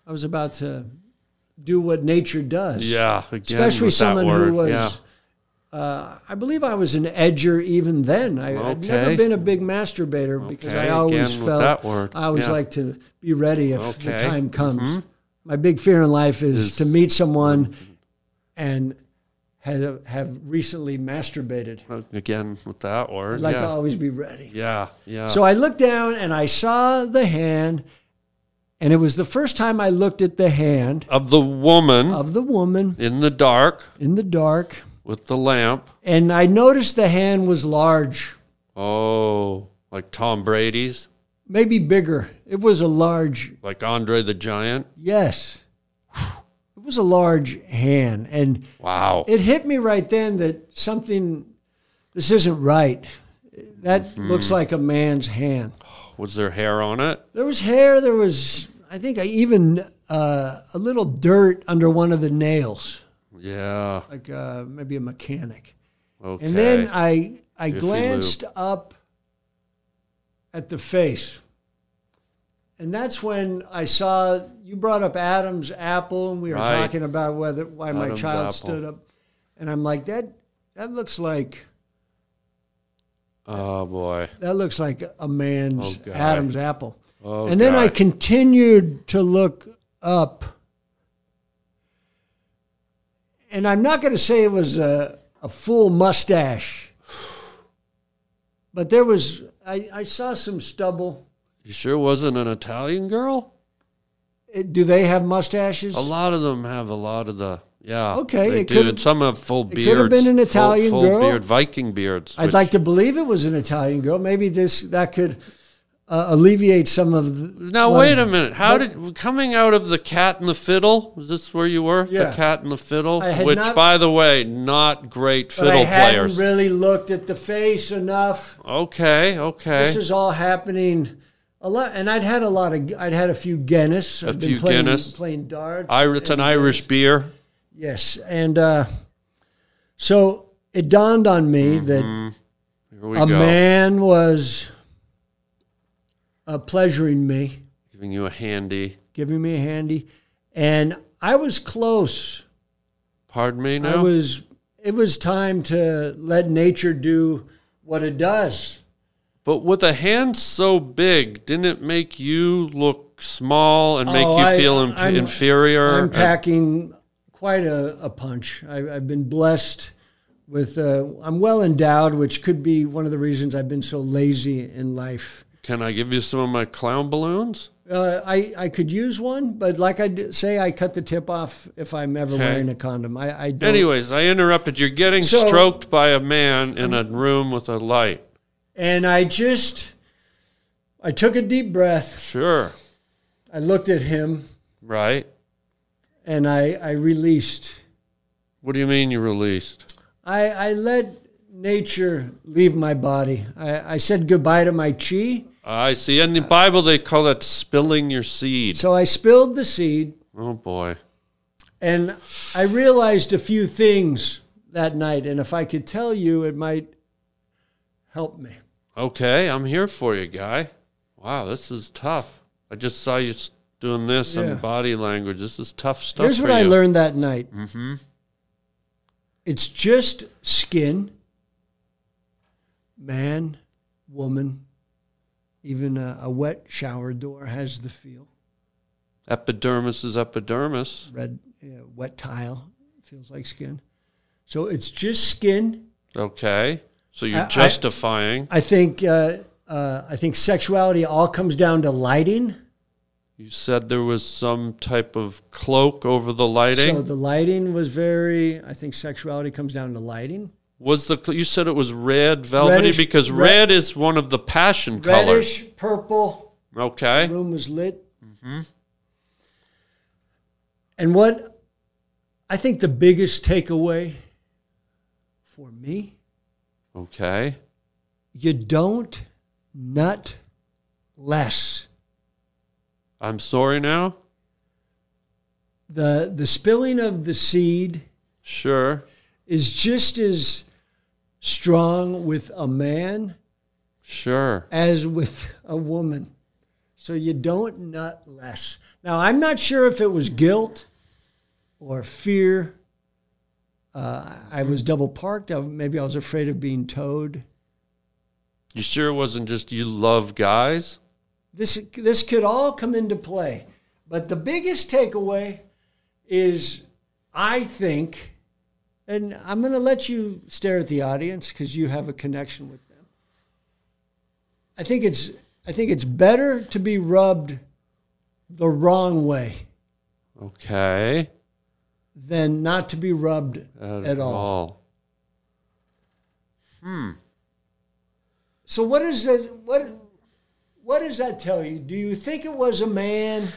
I was about to do what nature does. Yeah. Again, especially with that someone word. who was. Yeah. Uh, I believe I was an edger even then. I, I'd Okay. never been a big masturbator because Okay, I always again with felt that word. I always Yeah. like to be ready if the Okay. Mm-hmm. time comes. My big fear in life is, to meet someone and have, have recently masturbated. uh, Again, with that word. I'd like yeah. to always be ready. yeah. Yeah. So I looked down and I saw the hand, and it was the first time I looked at the hand of the woman of the woman in the dark in the dark, with the lamp. and I noticed the hand was large, Oh, like Tom Brady's, maybe bigger. It was a large, like Andre the Giant. yes, it was a large hand, and Wow. it hit me right then that something, this isn't right. That looks like a man's hand. Was there hair on it? There was hair. There was, I think, I even uh, a little dirt under one of the nails, Yeah. like uh, maybe a mechanic. Okay. And then I, I Jiffy glanced up at the face, and that's when I saw you brought up Adam's apple, and we were Right. talking about whether why my Adam's child apple. stood up, and I'm like that. That looks like oh boy. That looks like a man's Oh, God. Adam's apple. Oh, and then I God. continued to look up. And I'm not going to say it was a, a full mustache, but there was, I, I saw some stubble. You sure wasn't an Italian girl? It- Eh, do they have mustaches? A lot of them have a lot of the yeah. Okay, They it do. could've- And some have full could've beards. been an full- Italian full, girl. beard, Viking beards. I'd which- like to believe it was an Italian girl. Maybe this that could uh, alleviate some of the. Now one- wait a minute. How did coming out of the Cat and the Fiddle? Is this where you were? Yeah. The Cat and the Fiddle, I had which not- by the way, not great But I fiddle hadn't players. really looked at the face enough. okay, okay. this is all happening a lot and i'd had a lot of i'd had a few guinness i've been few playing, Guinness. playing darts I, it's an Irish beer. yes and uh, so it dawned on me that Mm-hmm. Here we a go. man was uh, pleasuring me Giving you a handy. giving me a handy and i was close Pardon me i now. was it was time to let nature do what it does but with a hand so big, didn't it make you look small and make Oh, you I- feel in- I'm- inferior? Uh, I'm And- packing quite a, a punch. I, I've been blessed with, uh, I'm well endowed, which could be one of the reasons I've been so lazy in life. Can I give you some of my clown balloons? Uh, I, I could use one, but like I d- say, I cut the tip off if I'm ever Okay. wearing a condom. I, I don't. Anyways, I interrupted. You're getting So- stroked by a man in a room with a light. And I just, I took a deep breath. Sure. I looked at him right? and I, I released. What do you mean you released? I, I let nature leave my body. I, I said goodbye to my chi. I see. In the Bible, they call that spilling your seed. Uh, So I spilled the seed, Oh boy. and I realized a few things that night. And if I could tell you, it might help me. Okay, I'm here for you, guy. Wow, this is tough. I just saw you s- doing this Yeah. and body language. This is tough stuff. Here's for what I you. learned that night mm-hmm. it's just skin, man, woman, even a, a wet shower door has the feel. Epidermis is epidermis. red yeah, wet tile feels like skin so it's just skin Okay, so you're I- I- justifying. i think uh, uh, i think sexuality all comes down to lighting you said there was some type of cloak over the lighting. so the lighting was very i think sexuality comes down to lighting was the cl- you said it was red velvety Reddish- because red- red, is one of the passion colors. reddish purple Okay, Mm-hmm. room was lit and what i think the biggest takeaway for me okay. you don't nut less I'm sorry now. the the spilling of the seed Sure, is just as strong with a man sure. as with a woman. So you don't nut less. Now, I'm not sure if it was guilt or fear. Uh, I was double parked. I, maybe I was afraid of being towed. You sure it wasn't just you love guys? This, this could all come into play. But the biggest takeaway is I think, and I'm going to let you stare at the audience because you have a connection with them. I think it's I think it's better to be rubbed the wrong way Okay. than not to be rubbed at, all. So what is that? What what does that tell you? Do you think it was a man?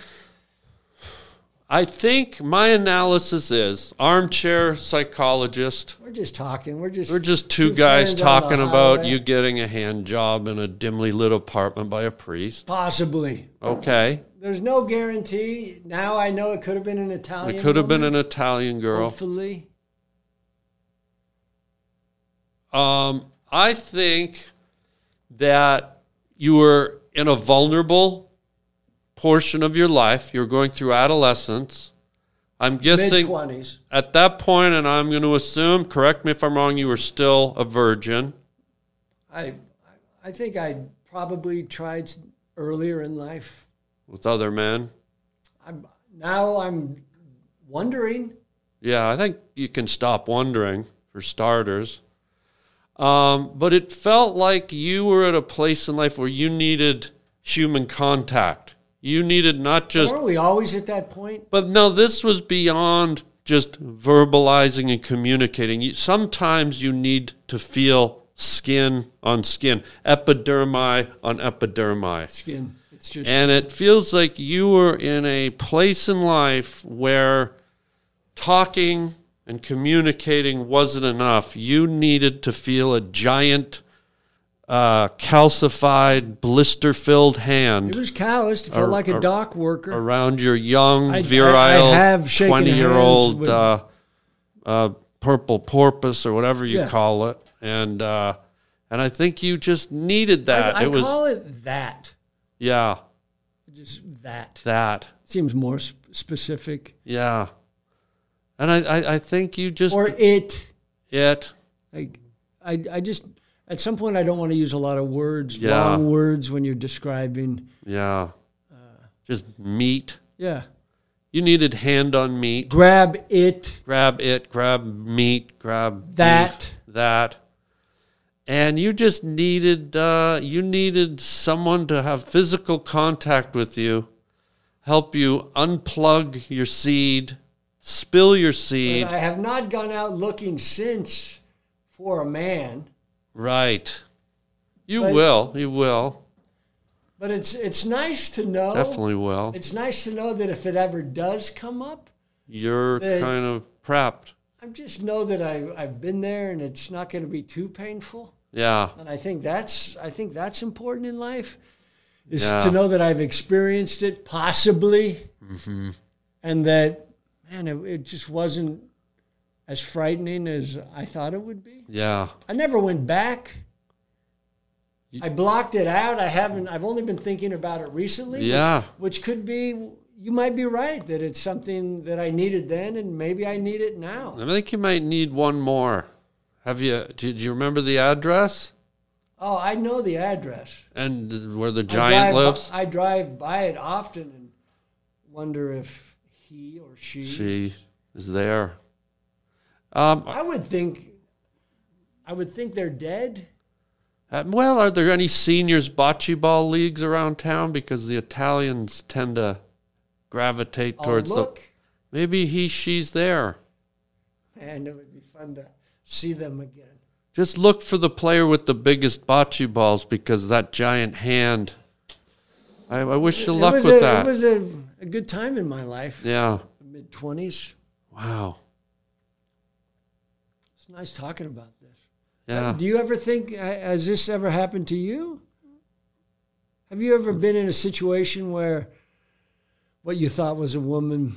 I think my analysis is armchair psychologist. We're just talking. We're just We're just two, guys friends on the talking about highway. you getting a hand job in a dimly lit apartment by a priest. Possibly. Okay. There's no guarantee. Now I know it could have been an Italian. It could have been woman, an Italian girl. Hopefully. Um, I think that you were in a vulnerable portion of your life. You're going through adolescence. I'm Mid guessing twenties. at that point, and I'm going to assume, correct me if I'm wrong, you were still a virgin. I I think I probably tried earlier in life. with other men. I'm now I'm wondering. Yeah, I think you can stop wondering for starters. Um, but it felt like you were at a place in life where you needed human contact. You needed not just, Are we always at that point? but no, this was beyond just verbalizing and communicating. You, sometimes you need to feel skin on skin, epidermi on epidermi. Skin. It's just And it feels like you were in a place in life where talking and communicating wasn't enough. You needed to feel a giant, uh, calcified, blister filled it hand was calloused. It felt like a dock worker. around your young, I- I- I virile, have shaken 20 year hands old with- uh, uh, purple porpoise or whatever you Yeah. call it. And, uh, and I think you just needed that. I, I it was, call it that. yeah, Just that. that. Seems more sp- specific. Yeah. And I, I, I think you just Or it. it. Like I I just at some point I don't want to use a lot of words, Yeah. long words when you're describing. Yeah. Just meat. Yeah. You needed hand on meat. Grab it. Grab it, grab meat, grab beef, That. that. And you just needed uh, you needed someone to have physical contact with you, help you unplug your seed, spill your And seed. I have not gone out looking since for a man. Right. You But- will. You will. But it's it's nice to know. Definitely will. It's nice to know that if it ever does come up, You're the- kind of prepped. I just know that I I've been there and it's not going to be too painful. Yeah. And I think that's I think that's important in life is Yeah. to know that I've experienced it possibly, Mm-hmm. and that man, it, it just wasn't as frightening as I thought it would be. Yeah. I never went back. I blocked it out. I haven't. I've only been thinking about it recently. which- Yeah. which, could be. You might be right that it's something that I needed then, and maybe I need it now. I think you might need one more. Have you? Do, do you remember the address Oh, I know the address. and where the I giant drive lives? By, I drive by it often and wonder if he or she. She is there. Um, I would think. I would think they're dead. uh, well, are there any seniors bocce ball leagues around town? Because the Italians tend to gravitate I'll towards Oh, look, the. Maybe he, she's there. and it would be fun to see them again. Just look for the player with the biggest bocce balls because that giant hand. I, I wish you It luck was with a, that. It was a, a good time in my life. yeah. Mid twenties. Wow. It's nice talking about this. Yeah. Do you ever think uh, has this ever happened to you? Have you ever been in a situation where what you thought was a woman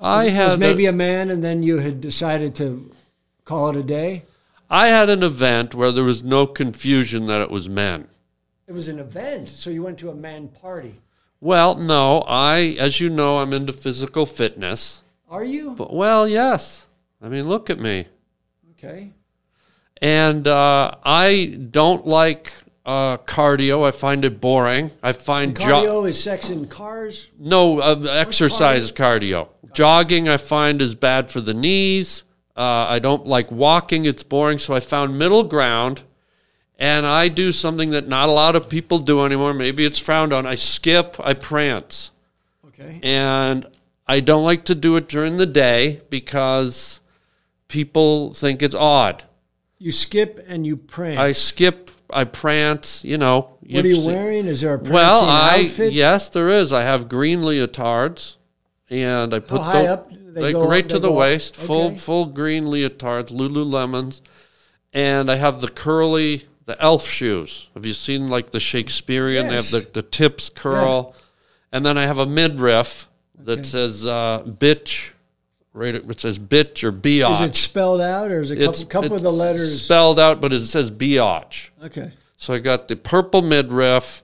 I had was a- maybe a man, and then you had decided to call it a day? I had an event where there was no confusion that it was men. It was an event, so you went to a man party. Well, no, I, as you know, I'm into physical fitness. Are you But well, yes. I mean, look at me. okay? And uh, I don't like uh, cardio. I find it boring. I find jo- Cardio is sex in cars. no uh, exercise cardio. Jogging I find is bad for the knees. Uh, I don't like walking. It's boring. So I found middle ground. and I do something that not a lot of people do anymore. Maybe it's frowned on. I skip, I prance. Okay. And I don't like to do it during the day because people think it's odd. You skip and you prance. I skip, I prance, you know. what you've are you seen- wearing? Is there a prancing Well, I outfit? yes, there is. I have green leotards and I put high the, up? They like go up, right they to the go up? waist, full Okay. full green leotards, Lululemons, and I have the curly the elf shoes. Have you seen like the Shakespearean? Yes. They have the, the tips curl, and then I have a midriff that says uh, "bitch," right? It says "bitch" or "biatch." Is it spelled out, or is it a couple, couple of the letters? spelled out, but it says "biatch." okay. So I got the purple midriff.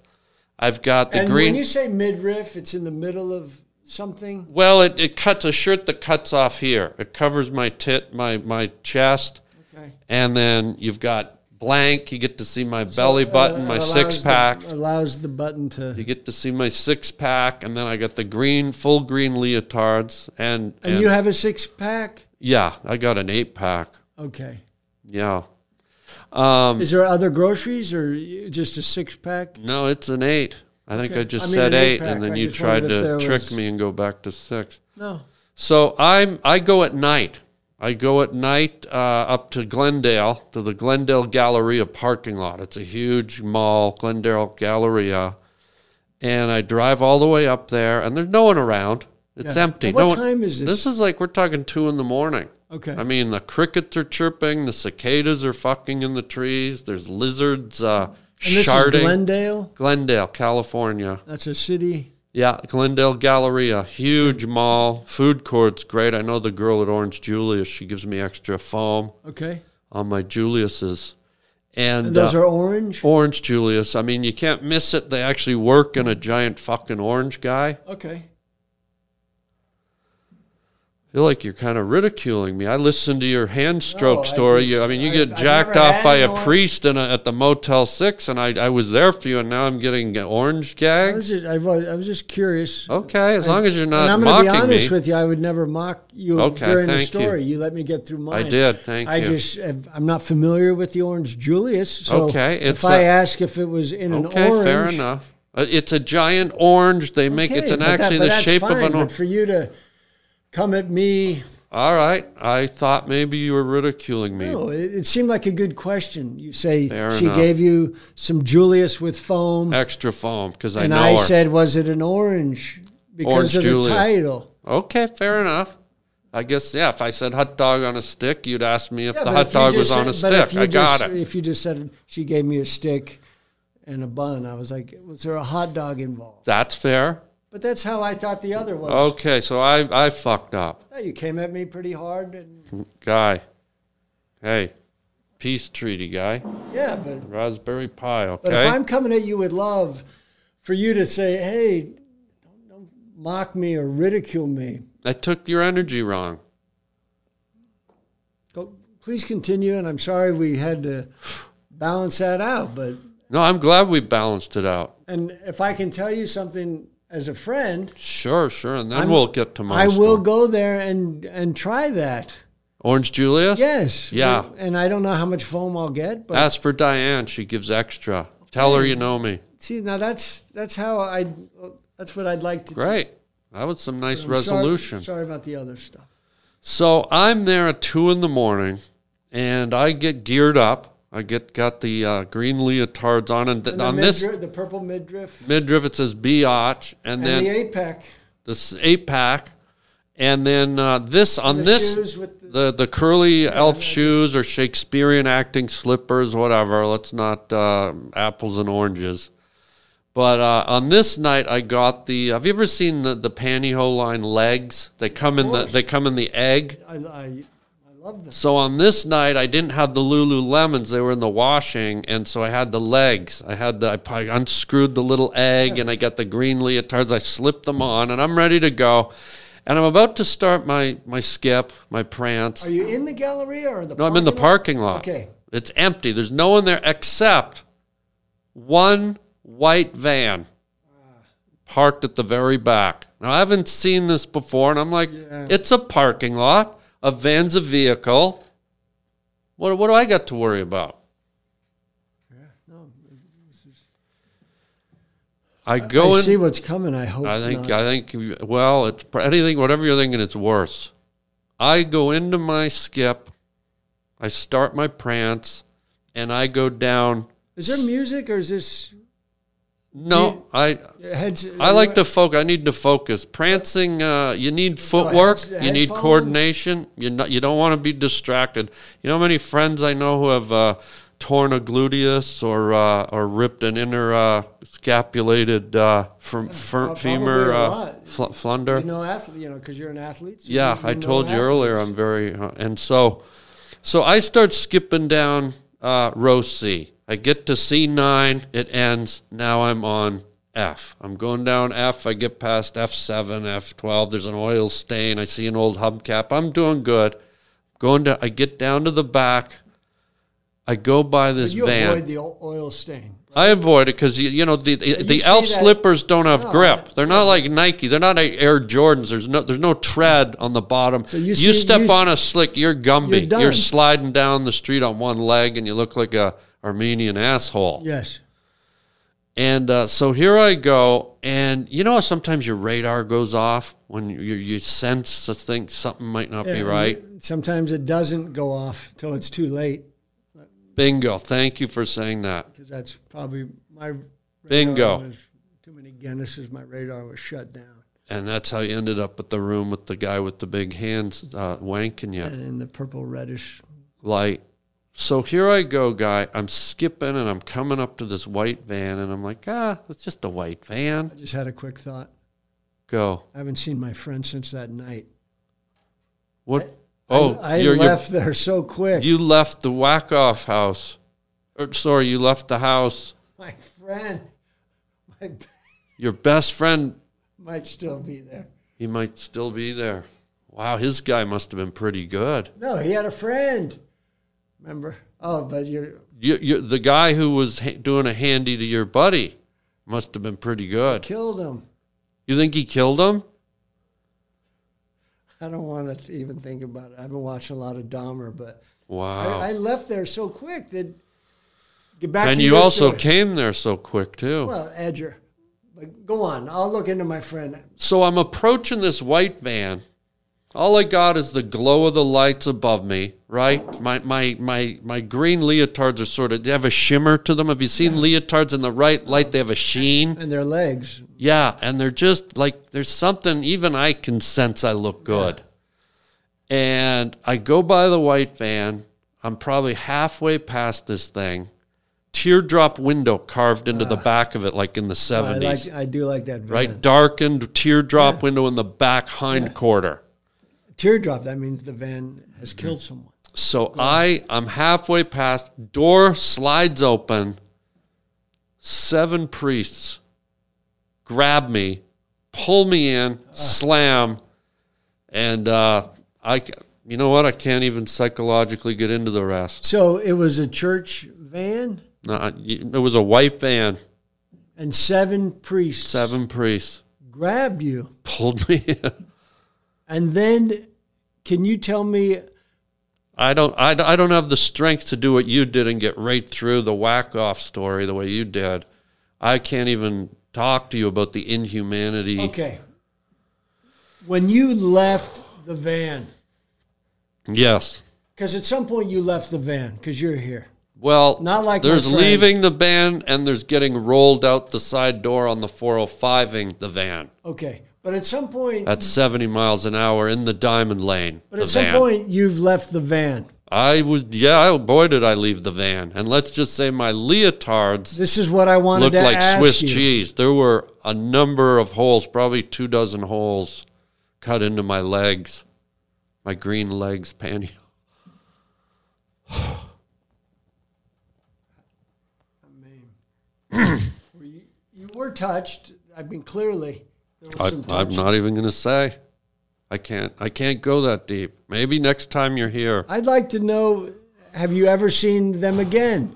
I've got the and green. when you say midriff, it's in the middle of something. Well, it, it cuts a shirt that cuts off here. It covers my tit, my my chest, Okay. and then you've got blank. You get to see my belly button, Uh, my allows six pack. the, uh, allows the button to. you get to see my six pack, and then I got the green, full green leotards, and And you have a six pack. yeah, I got an eight pack. Okay. Yeah, um, Is there other groceries or you- just a six pack? no, it's an eight. I think Okay. I just I mean, said an eight, eight-pack. and then I you just tried wondered if to there trick was- me and go back to six. No. So I'm I go at night. I go at night uh, up to Glendale to the Glendale Galleria parking lot. It's a huge mall, Glendale Galleria, and I drive all the way up there, and there's no one around. It's Yeah. empty. And what no one- time is this? This is like we're talking two in the morning. Okay. I mean, the crickets are chirping, the cicadas are fucking in the trees. There's lizards uh, and this sharding. is Glendale. Glendale, California. That's a city. Yeah, Glendale Galleria, huge mall, food court's great. I know the girl at Orange Julius. She gives me extra foam Okay. on my Julius's, and, And those uh, are orange. Orange Julius. I mean, you can't miss it. They actually work in a giant fucking orange guy. I Okay. feel like you're kind of ridiculing me. I listened to your hand stroke No, I story. just- you, I mean, you I- get I've jacked never off had by an a or- priest in a, at the Motel Six, and I, I was there for you, and now I'm getting orange I gags. was just, I was, I was just curious. Okay, as long as Oh, you're not and I'm mocking to be honest me. with you. I would never mock you Okay, during the thank you. story. You. let me get through mine. did, thank I you. just I'm not familiar with the orange Julius. So Okay, it's if I a- ask if it was in an Okay, orange, fair enough. Uh, It's a giant orange. They make okay, it's an but that- actually but the that's shape fine, of an But orange. for you to come at me All right. I thought maybe you were ridiculing me. No, it, it seemed like a good question. You say Fair she enough. gave you some Julius with foam, Extra foam because I and know I her. said, was it an orange because Orange of the Julius. title? okay, fair enough. I guess yeah. If I said hot dog on a stick, you'd ask me if Yeah, the but hot if you dog just was on a said- but if stick. you I got just- it. If you just said she gave me a stick and a bun, I was like, was there a hot dog involved? That's fair. But that's how I thought the other was. Okay, so I I fucked up. Yeah, You came at me pretty hard, and guy. Hey, peace treaty guy. yeah, but Raspberry pie, okay? But if I'm coming at you with love, for you to say, "Hey, don't, don't mock me or ridicule me," I took your energy wrong. go, please continue. And I'm sorry we had to balance that out. But No, I'm glad we balanced it out. and if I can tell you something as a friend, Sure, sure. And then I'm- we'll get to my I will stuff. go there and and try that. Orange Julius? Yes. Yeah. And I don't know how much foam I'll get, but Ask for Diane. She gives extra. Tell her you know me. see, now that's that's how I. That's what I'd like to. do. Great. That was some nice I'm sorry- resolution. Sorry about the other stuff. So I'm there at two in the morning, and I get geared up. I get got the uh, green leotards on, and, th- And on the, this midriff- the purple midriff midriff it says biatch, and, and, then the eight pack. this eight pack, and then uh, this on the this shoes with the- the, the curly elf shoes or Shakespearean acting slippers, whatever. Let's not uh, apples and oranges. But uh, on this night, I got the. Have you ever seen the, the pantyhose line legs? They come in the they come in the egg. I, I, I love this. So on this night, I didn't have the Lululemons; they were in the washing, and so I had the legs. I had the I probably unscrewed the little egg, and I got the green leotards. I slipped them on, and I'm ready to go. And I'm about to start my my skip, my prance. Are you in the gallery or the? no, I'm in the parking lot. Okay. it's empty. There's no one there except one white van parked at the very back. Now I haven't seen this before, and I'm like, it's a parking lot. A van's a vehicle. What, what do I got to worry about? I I go see in. what's coming. I hope. I think. not. I think. Well, it's pr- anything. Whatever you're thinking, it's worse. I go into my skip. I start my prance, and I go down. is there music or is this No, I. heads? I like to focus. I need to focus. Prancing, uh, you need footwork. head- You need headphones. coordination. You not, you don't want to be distracted. You know how many friends I know who have uh, torn a gluteus or uh, or ripped an inner uh, scapulated uh, from fer- probably femur a uh, lot. fl- flunder. You know, athlete. You know, because you're an athlete. so Yeah, you I know told you athletes. earlier. I'm very uh, and so, so I start skipping down uh, row C. I get to C nine. It ends. Now I'm on F. I'm going down F. I get past F seven, F twelve. There's an oil stain. I see an old hubcap. I'm doing good. Going to. I get down to the back. I go by this You van. avoid the o- oil stain. I avoid it because you, you know the the, the see elf that- Oh, slippers don't have grip. They're not like Nike. They're not like Air Jordans. There's no there's no tread on the bottom. you you see- step you s- on a slick, you're You're Gumby. You're, done. sliding down the street on one leg, and you look like a Armenian asshole. Yes. And uh, so here I go, and you know how sometimes your radar goes off when you you sense a thing something might not be And right. Sometimes it doesn't go off till it's too late Bingo. Thank you for saying that. because that's probably my radar Bingo. Was, too many Guinnesses. My radar was shut down, And that's how you ended up at the room with the guy with the big hands uh, wanking you. and in the purple reddish. like so here i go guy i'm skipping and i'm coming up to this white van and i'm like ah it's just a white van I just had a quick thought. go I haven't seen my friend since that night. what oh I you're- you're- left there so quick. you left the whack off house or, sorry you left the house my friend, my, your best friend might still be there. he might still be there wow his guy must have been pretty good No, he had a friend. Remember? Oh, but you're you, you, the guy who was ha- doing a handy to your buddy must have been pretty good killed him. you think he killed him I don't want to even think about it. I've been watching a lot of Dahmer, but wow I, I left there so quick that get back. and to you your also story. came there so quick too well, Edger. But go on. I'll look into my friend. so I'm approaching this white van, All I got is the glow of the lights above me, right? My my my my green leotards are sort of they have a shimmer to them. Have you seen leotards in the right light? They have a sheen. and their legs. Yeah, and they're just like there's something even I can sense I look good. And I go by the white van. I'm probably halfway past this thing. Teardrop window carved into the back of it like in the 70s I like I do like that. Van. right? Darkened teardrop window in the back hind quarter. Teardrop. That means the van has Mm-hmm. killed someone. So I I'm halfway past, door slides open. Seven priests grab me, pull me in, slam, and uh, I ca- you know what? I can't even psychologically get into the rest. So it was a church van No, I- it was a white van, and seven priests seven priests grabbed you. pulled me in. And then, can you tell me? I don't, I, don't- I don't have the strength to do what you did and get right through the whack off story the way you did. I can't even talk to you about the inhumanity. Okay, when you left the van, Yes. because at some point you left the van because you're here. Well, Not like my there's friend. leaving the van and there's getting rolled out the side door on the 405ing the van Okay, but at some point, at 70 miles an hour in the diamond lane. but the at some van. point you've left the van. I was, yeah, oh, boy, did I leave the van. And let's just say my leotards This is what I wanted looked to like ask Swiss you. cheese. There were a number of holes, probably two dozen holes, cut into my legs, my green legs panty. You were touched. I mean, clearly there was I, some I'm touching. not even gonna say. I can't. I can't go that deep. Maybe next time you're here. I'd like to know: Have you ever seen them again?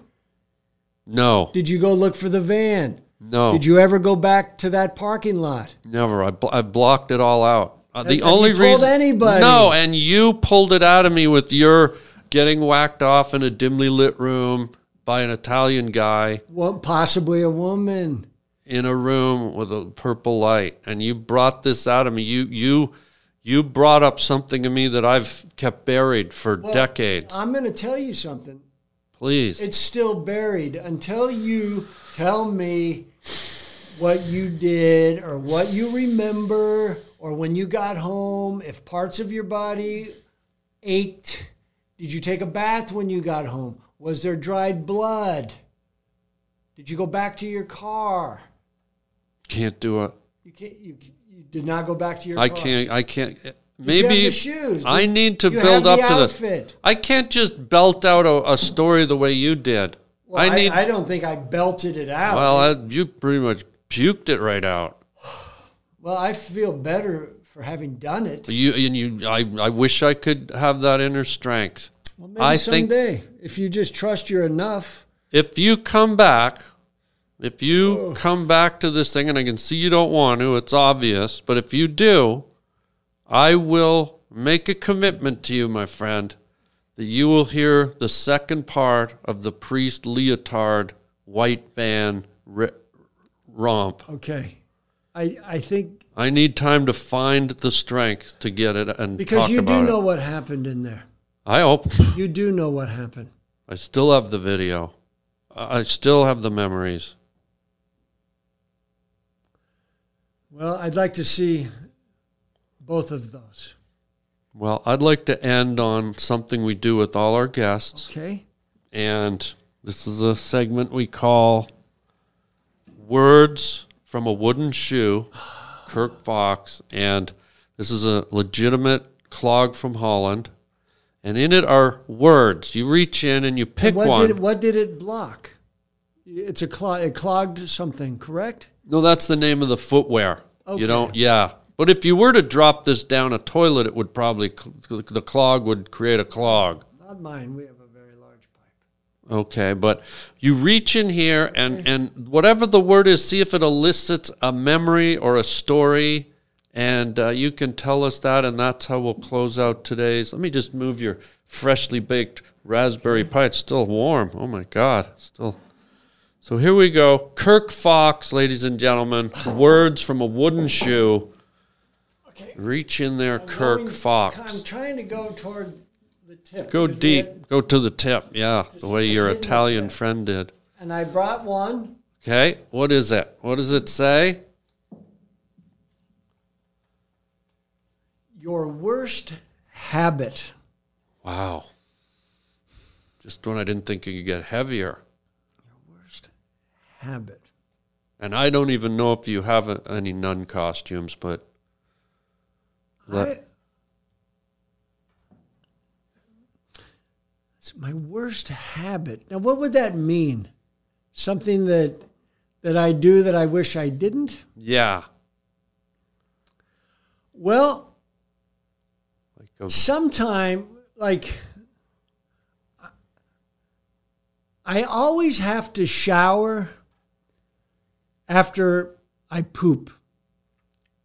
No, Did you go look for the van? no, Did you ever go back to that parking lot? never. I, bl- I blocked it all out. Uh, the Have- have only you told reason anybody? No, and you pulled it out of me with your getting whacked off in a dimly lit room by an Italian guy. Well, possibly a woman. in a room with a purple light and you brought this out of me you you you brought up something in me that i've kept buried for decades I'm going to tell you something. please It's still buried until you tell me what you did or what you remember or when you got home, if parts of your body ached. Did you take a bath when you got home? Was there dried blood? Did you go back to your car? can't do it You can't. You, you did not go back to your. i car. can't i can't You have maybe the shoes. i You- need to you build have up the to this outfit. i can't just belt out a, a story the way you did Well, i need I, don't think I belted it out. well I, you pretty much puked it right out Well, I feel better for having done it. you and you i, I wish i could have that inner strength Well, maybe I think someday, if you just trust you're enough. if you come back, if you Oh. come back to this thing, and I can see you don't want to, it's obvious, but if you do, I will make a commitment to you, my friend, that you will hear the second part of the priest leotard white van ri romp. Okay, I I think I need time to find the strength to get it and because talk you about do know it. what happened in there. I hope. You do know what happened. I still have the video. I I still have the memories. Well, I'd like to see both of those. Well, I'd like to end on something we do with all our guests. Okay. And this is a segment we call Words from a Wooden Shoe, Kirk Fox. And this is a legitimate clog from Holland. And in it are words. You reach in and you pick what one. did it, what did it block? It's a clog. It clogged something, correct? No, that's the name of the footwear. Okay. You don't, yeah. But if you were to drop this down a toilet, it would probably, cl- the clog would create a clog. Not mine. We have a very large pipe. Okay, but you reach in here and and whatever the word is, see if it elicits a memory or a story, and uh, you can tell us that, and that's how we'll close out today's. Let me just move your freshly baked raspberry pie. It's still warm. Oh my God, still. So here we go. Kirk Fox, ladies and gentlemen, words from a wooden shoe. Okay. Reach in there, I'm Kirk going- Fox. I'm trying to go toward the tip. Go Is it- deep. Go to the tip. Yeah, the way it's your hidden up Italian friend did. And I brought one. Okay, what is it? What does it say? Your worst habit. Wow. Just when I didn't think it could get heavier. Habit. And I don't even know if you have a- any nun costumes, but I- It's my worst habit. Now, what would that mean? Something that that I do that I wish I didn't? yeah. Well, Like a, sometime like I always have to shower after I poop.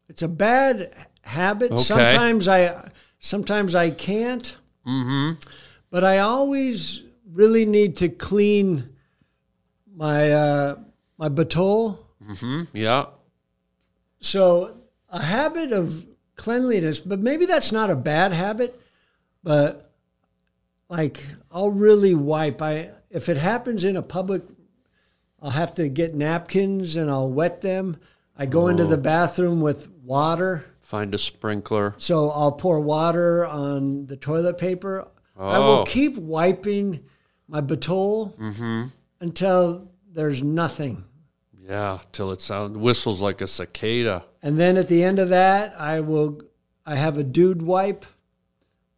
It's a bad habit. Okay. Sometimes I sometimes I can't. Mm-hmm. But I always really need to clean my uh, my batole. um, yeah. So a habit of cleanliness, but maybe that's not a bad habit, but like I'll really wipe. I if it happens in a public, I'll have to get napkins and I'll wet them. I go into the bathroom with water, Find a sprinkler. so I'll pour water on the toilet paper. I will Oh. keep wiping my batole until there's nothing. Yeah, till it sounds whistles like a cicada. And then at the end of that, I will I have a dude wipe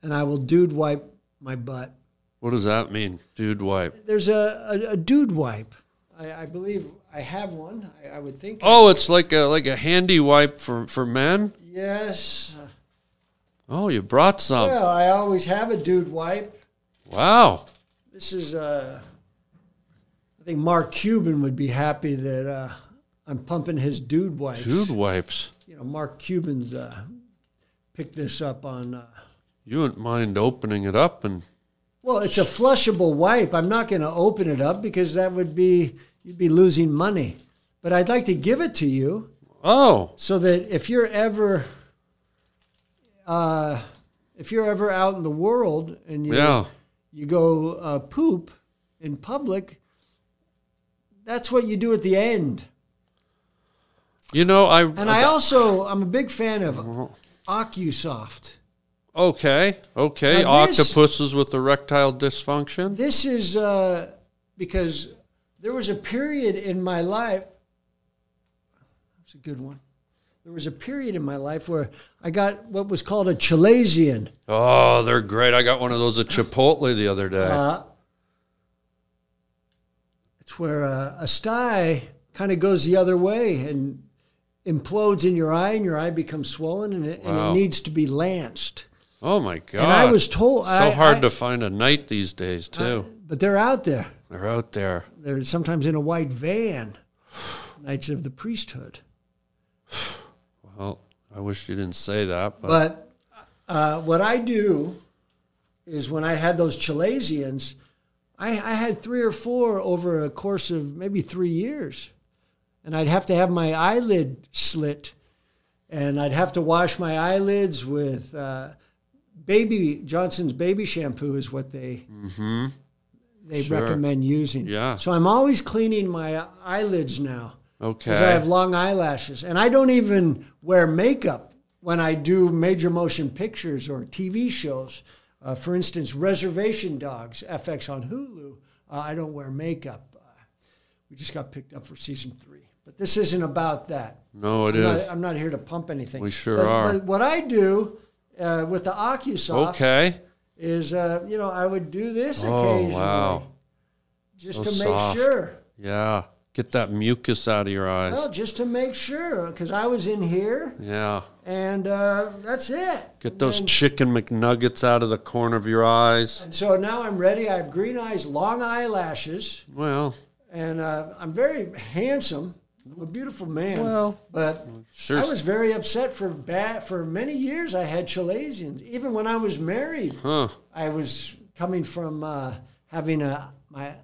and I will dude wipe my butt. What does that mean? Dude wipe. There's a, a, a dude wipe. I, I believe I have one. I, I would think. Oh, it's like a like a handy wipe for, for men? Yes. Oh, you brought some. Well, I always have a dude wipe. Wow. This is, uh, I think Mark Cuban would be happy that uh, I'm pumping his dude wipes. Dude wipes. You know, Mark Cuban's uh, picked this up on. Uh, You wouldn't mind opening it up and Well, it's a flushable wipe. I'm not going to open it up because that would be you'd be losing money. But I'd like to give it to you oh so that if you're ever uh, if you're ever out in the world and you yeah. you go uh, poop in public, that's what you do at the end. You know, I And I also I'm a big fan of OcuSoft. Okay, okay. Now this- Octopuses with erectile dysfunction. This is uh, because there was a period in my life. That's a good one. There was a period in my life where I got what was called a chalazion. Oh, they're great. I got one of those at Chipotle the other day. Uh, it's where uh, a sty kind of goes the other way and implodes in your eye, and your eye becomes swollen, and it, Wow. and it needs to be lanced. oh my god! And I was told so I- hard I- Uh, to find a night these days too. But they're out there. they're out there. They're sometimes in a white van. Knights of the priesthood. Well, I wish you didn't say that, but, But uh, what I do is when I had those Chalazians, I, I had three or four over a course of maybe three years. And I'd have to have my eyelid slit, and I'd have to wash my eyelids with uh, baby Johnson's baby shampoo, is what they. They Mm-hmm. Sure. recommend using. Yeah. So I'm always cleaning my eyelids now okay. because I have long eyelashes, and I don't even wear makeup when I do major motion pictures or TV shows. Uh, for instance, Reservation Dogs FX on Hulu. Uh, I don't wear makeup. Uh, we just got picked up for season three, but this isn't about that. no, it I'm is not, I'm not here to pump anything. We sure But- are. But what I do uh, with the OcuSoft okay. is, uh, you know, I would do this Oh occasionally wow! just So to make soft. sure. Yeah, get that mucus out of your eyes. Well, just to make sure, because I was in here. yeah, and uh, that's it. get those And, chicken McNuggets out of the corner of your eyes. and so now I'm ready. I have green eyes, long eyelashes, Well, and uh, I'm very handsome. I'm a beautiful man. Well, but sure. I was very upset for ba- for many years. I had chalazions. Even when I was married, Huh. I was coming from uh, having a my.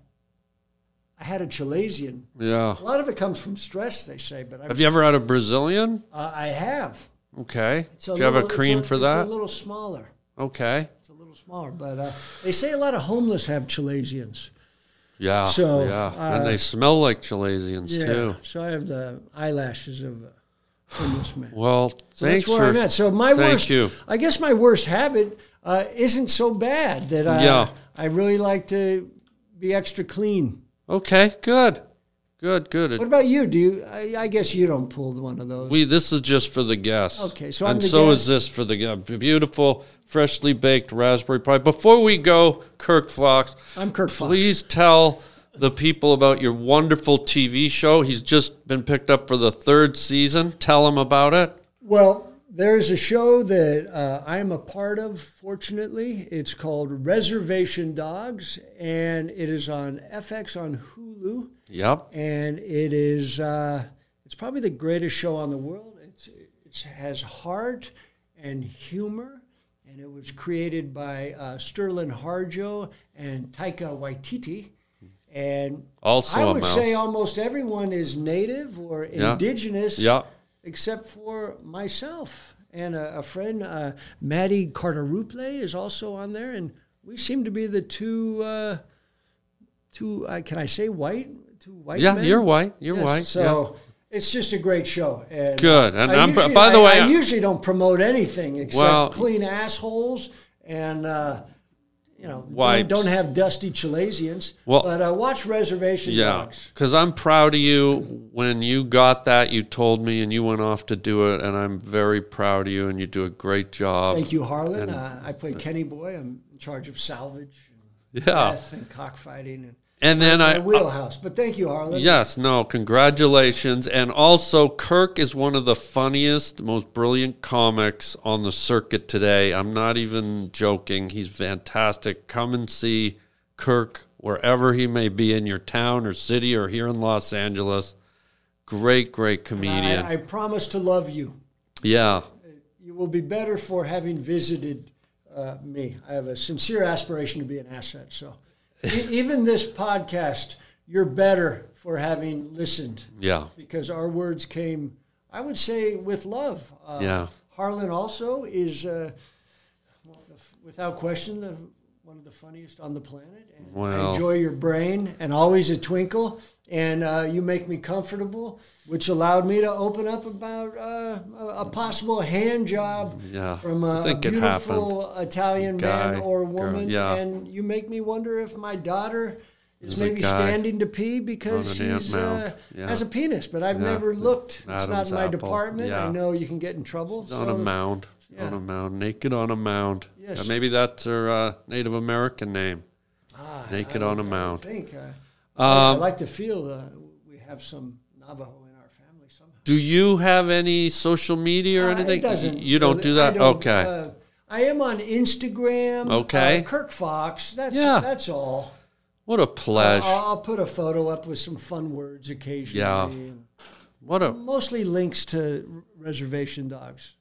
I had a chalazion. Yeah. A lot of it comes from stress, they say, but I, Have you ever had a Brazilian? uh, I have. Okay. It's Do you have a little- it's cream for that? It's a little smaller. okay. It's a little smaller, but uh, they say a lot of homeless have chalasians. Yeah. So, yeah. uh, and they smell like Chalasians Yeah. too. So I have the eyelashes of a homeless man. Well, So thanks that's where for I'm at. So my thank worst, you. I guess my worst habit uh, isn't so bad that I, Yeah. I really like to be extra clean. Okay, good. Good, good. What about you? Do you? I, I guess you don't pull one of those. We this is just for the guests. Okay, so I'm and the so guest. is this for the gu- beautiful freshly baked raspberry pie. Before we go, Kirk Fox, I'm Kirk Fox. please tell the people about your wonderful TV show. He's just been picked up for the third season. Tell him about it. Well, there's a show that uh, I am a part of, fortunately. It's called Reservation Dogs, and it is on FX on Hulu, Yep. and it is uh, it's probably the greatest show on the world. It's it has heart and humor, and it was created by uh, Sterling Harjo and Taika Waititi, and Also I a would say mouse. almost everyone is native or Yeah. indigenous Yeah. except for myself and a, a friend, uh, Maddie Carter Ruple, is also on there, and we seem to be the two, uh, two. Uh, can I say white? Two white. Yeah, men? you're white. You're Yes, white. yeah. So. It's just a great show. And Good. And I I'm- usually- by the I- way, I I- usually don't promote anything except Well- clean assholes and uh, you know don't- Wipes. Don't, have dusty Chilasians. Well- but uh, watch Reservation Yeah, Dogs. because I'm proud of you. When you got that, you told me, and you went off to do it, and I'm very proud of you, and you do a great job. Thank you, Harlan. Uh, I play Kenny Boy. I'm in charge of salvage. Yeah, death and cockfighting and and then my I, wheelhouse. But thank you, Harlan. yes, no, congratulations, and also Kirk is one of the funniest, most brilliant comics on the circuit today. I'm not even joking. He's fantastic. Come and see Kirk wherever he may be in your town or city or here in Los Angeles. Great, great comedian. I, I promise to love you. yeah. You will be better for having visited uh, me. I have a sincere aspiration to be an asset. So e- even this podcast, you're better for having listened Yeah. because our words came, I would say, with love. Uh, Yeah. Harlan also is, uh, one of the f- without question, the, one of the funniest on the planet. And I Well. enjoy your brain and always a twinkle. And uh, you make me comfortable, which allowed me to open up about uh, a, a possible hand job Yeah, from I a, a think it happened. beautiful Italian Guy, man or girl, woman. yeah. And you make me wonder if my daughter is Is a maybe guy standing to pee because on an ant she's, mound. uh, Yeah. has a penis, but I've Yeah. never looked. it's not Adam's in my apple. department. I Yeah. know Oh, you can get in trouble. on a mound, on yeah. a mound, naked on a mound. Yes. Uh, maybe that's her uh, Native American name. naked on a Ah, Um, I mound. think. Uh, I I like to feel uh, we have some Navajo in our family somehow. Do you have any social media or Uh, anything? It doesn't. You don't really- do I that. don't, okay. uh, I am on Instagram. Okay. Uh, Kirk Fox. That's Yeah. that's all. what a pleasure. I'll, I'll put a photo up with some fun words occasionally. Yeah. and what a. Mostly links to r- reservation dogs.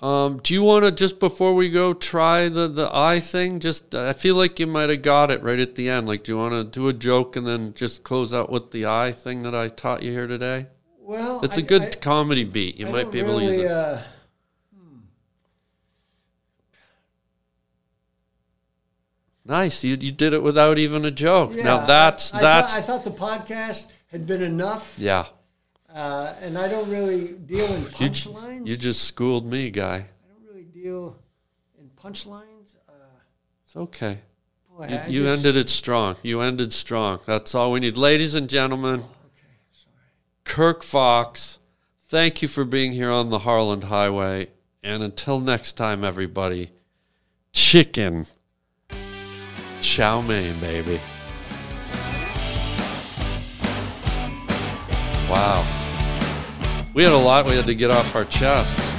Um, do you want to just before we go try the the eye thing? Just uh, I feel like you might have got it right at the end. Like, do you want to do a joke and then just close out with the eye thing that I taught you here today? Well, It's a a good comedy beat. You I might don't be able to use really, it. Uh, Nice. You, you did it without even a joke. yeah, now I- that's I, that's Thought, I thought the podcast had been enough, yeah. uh, and I don't really deal in You, punchlines. you just schooled me, guy. I don't really deal in punchlines. Uh, It's okay. boy, You, I you just- ended it strong. You ended strong. That's all we need. Ladies and gentlemen, Kirk Fox, thank you for being here on the Harland Highway. And until next time, everybody, chicken. Chow mein, baby. Wow. We had a lot we had to get off our chests.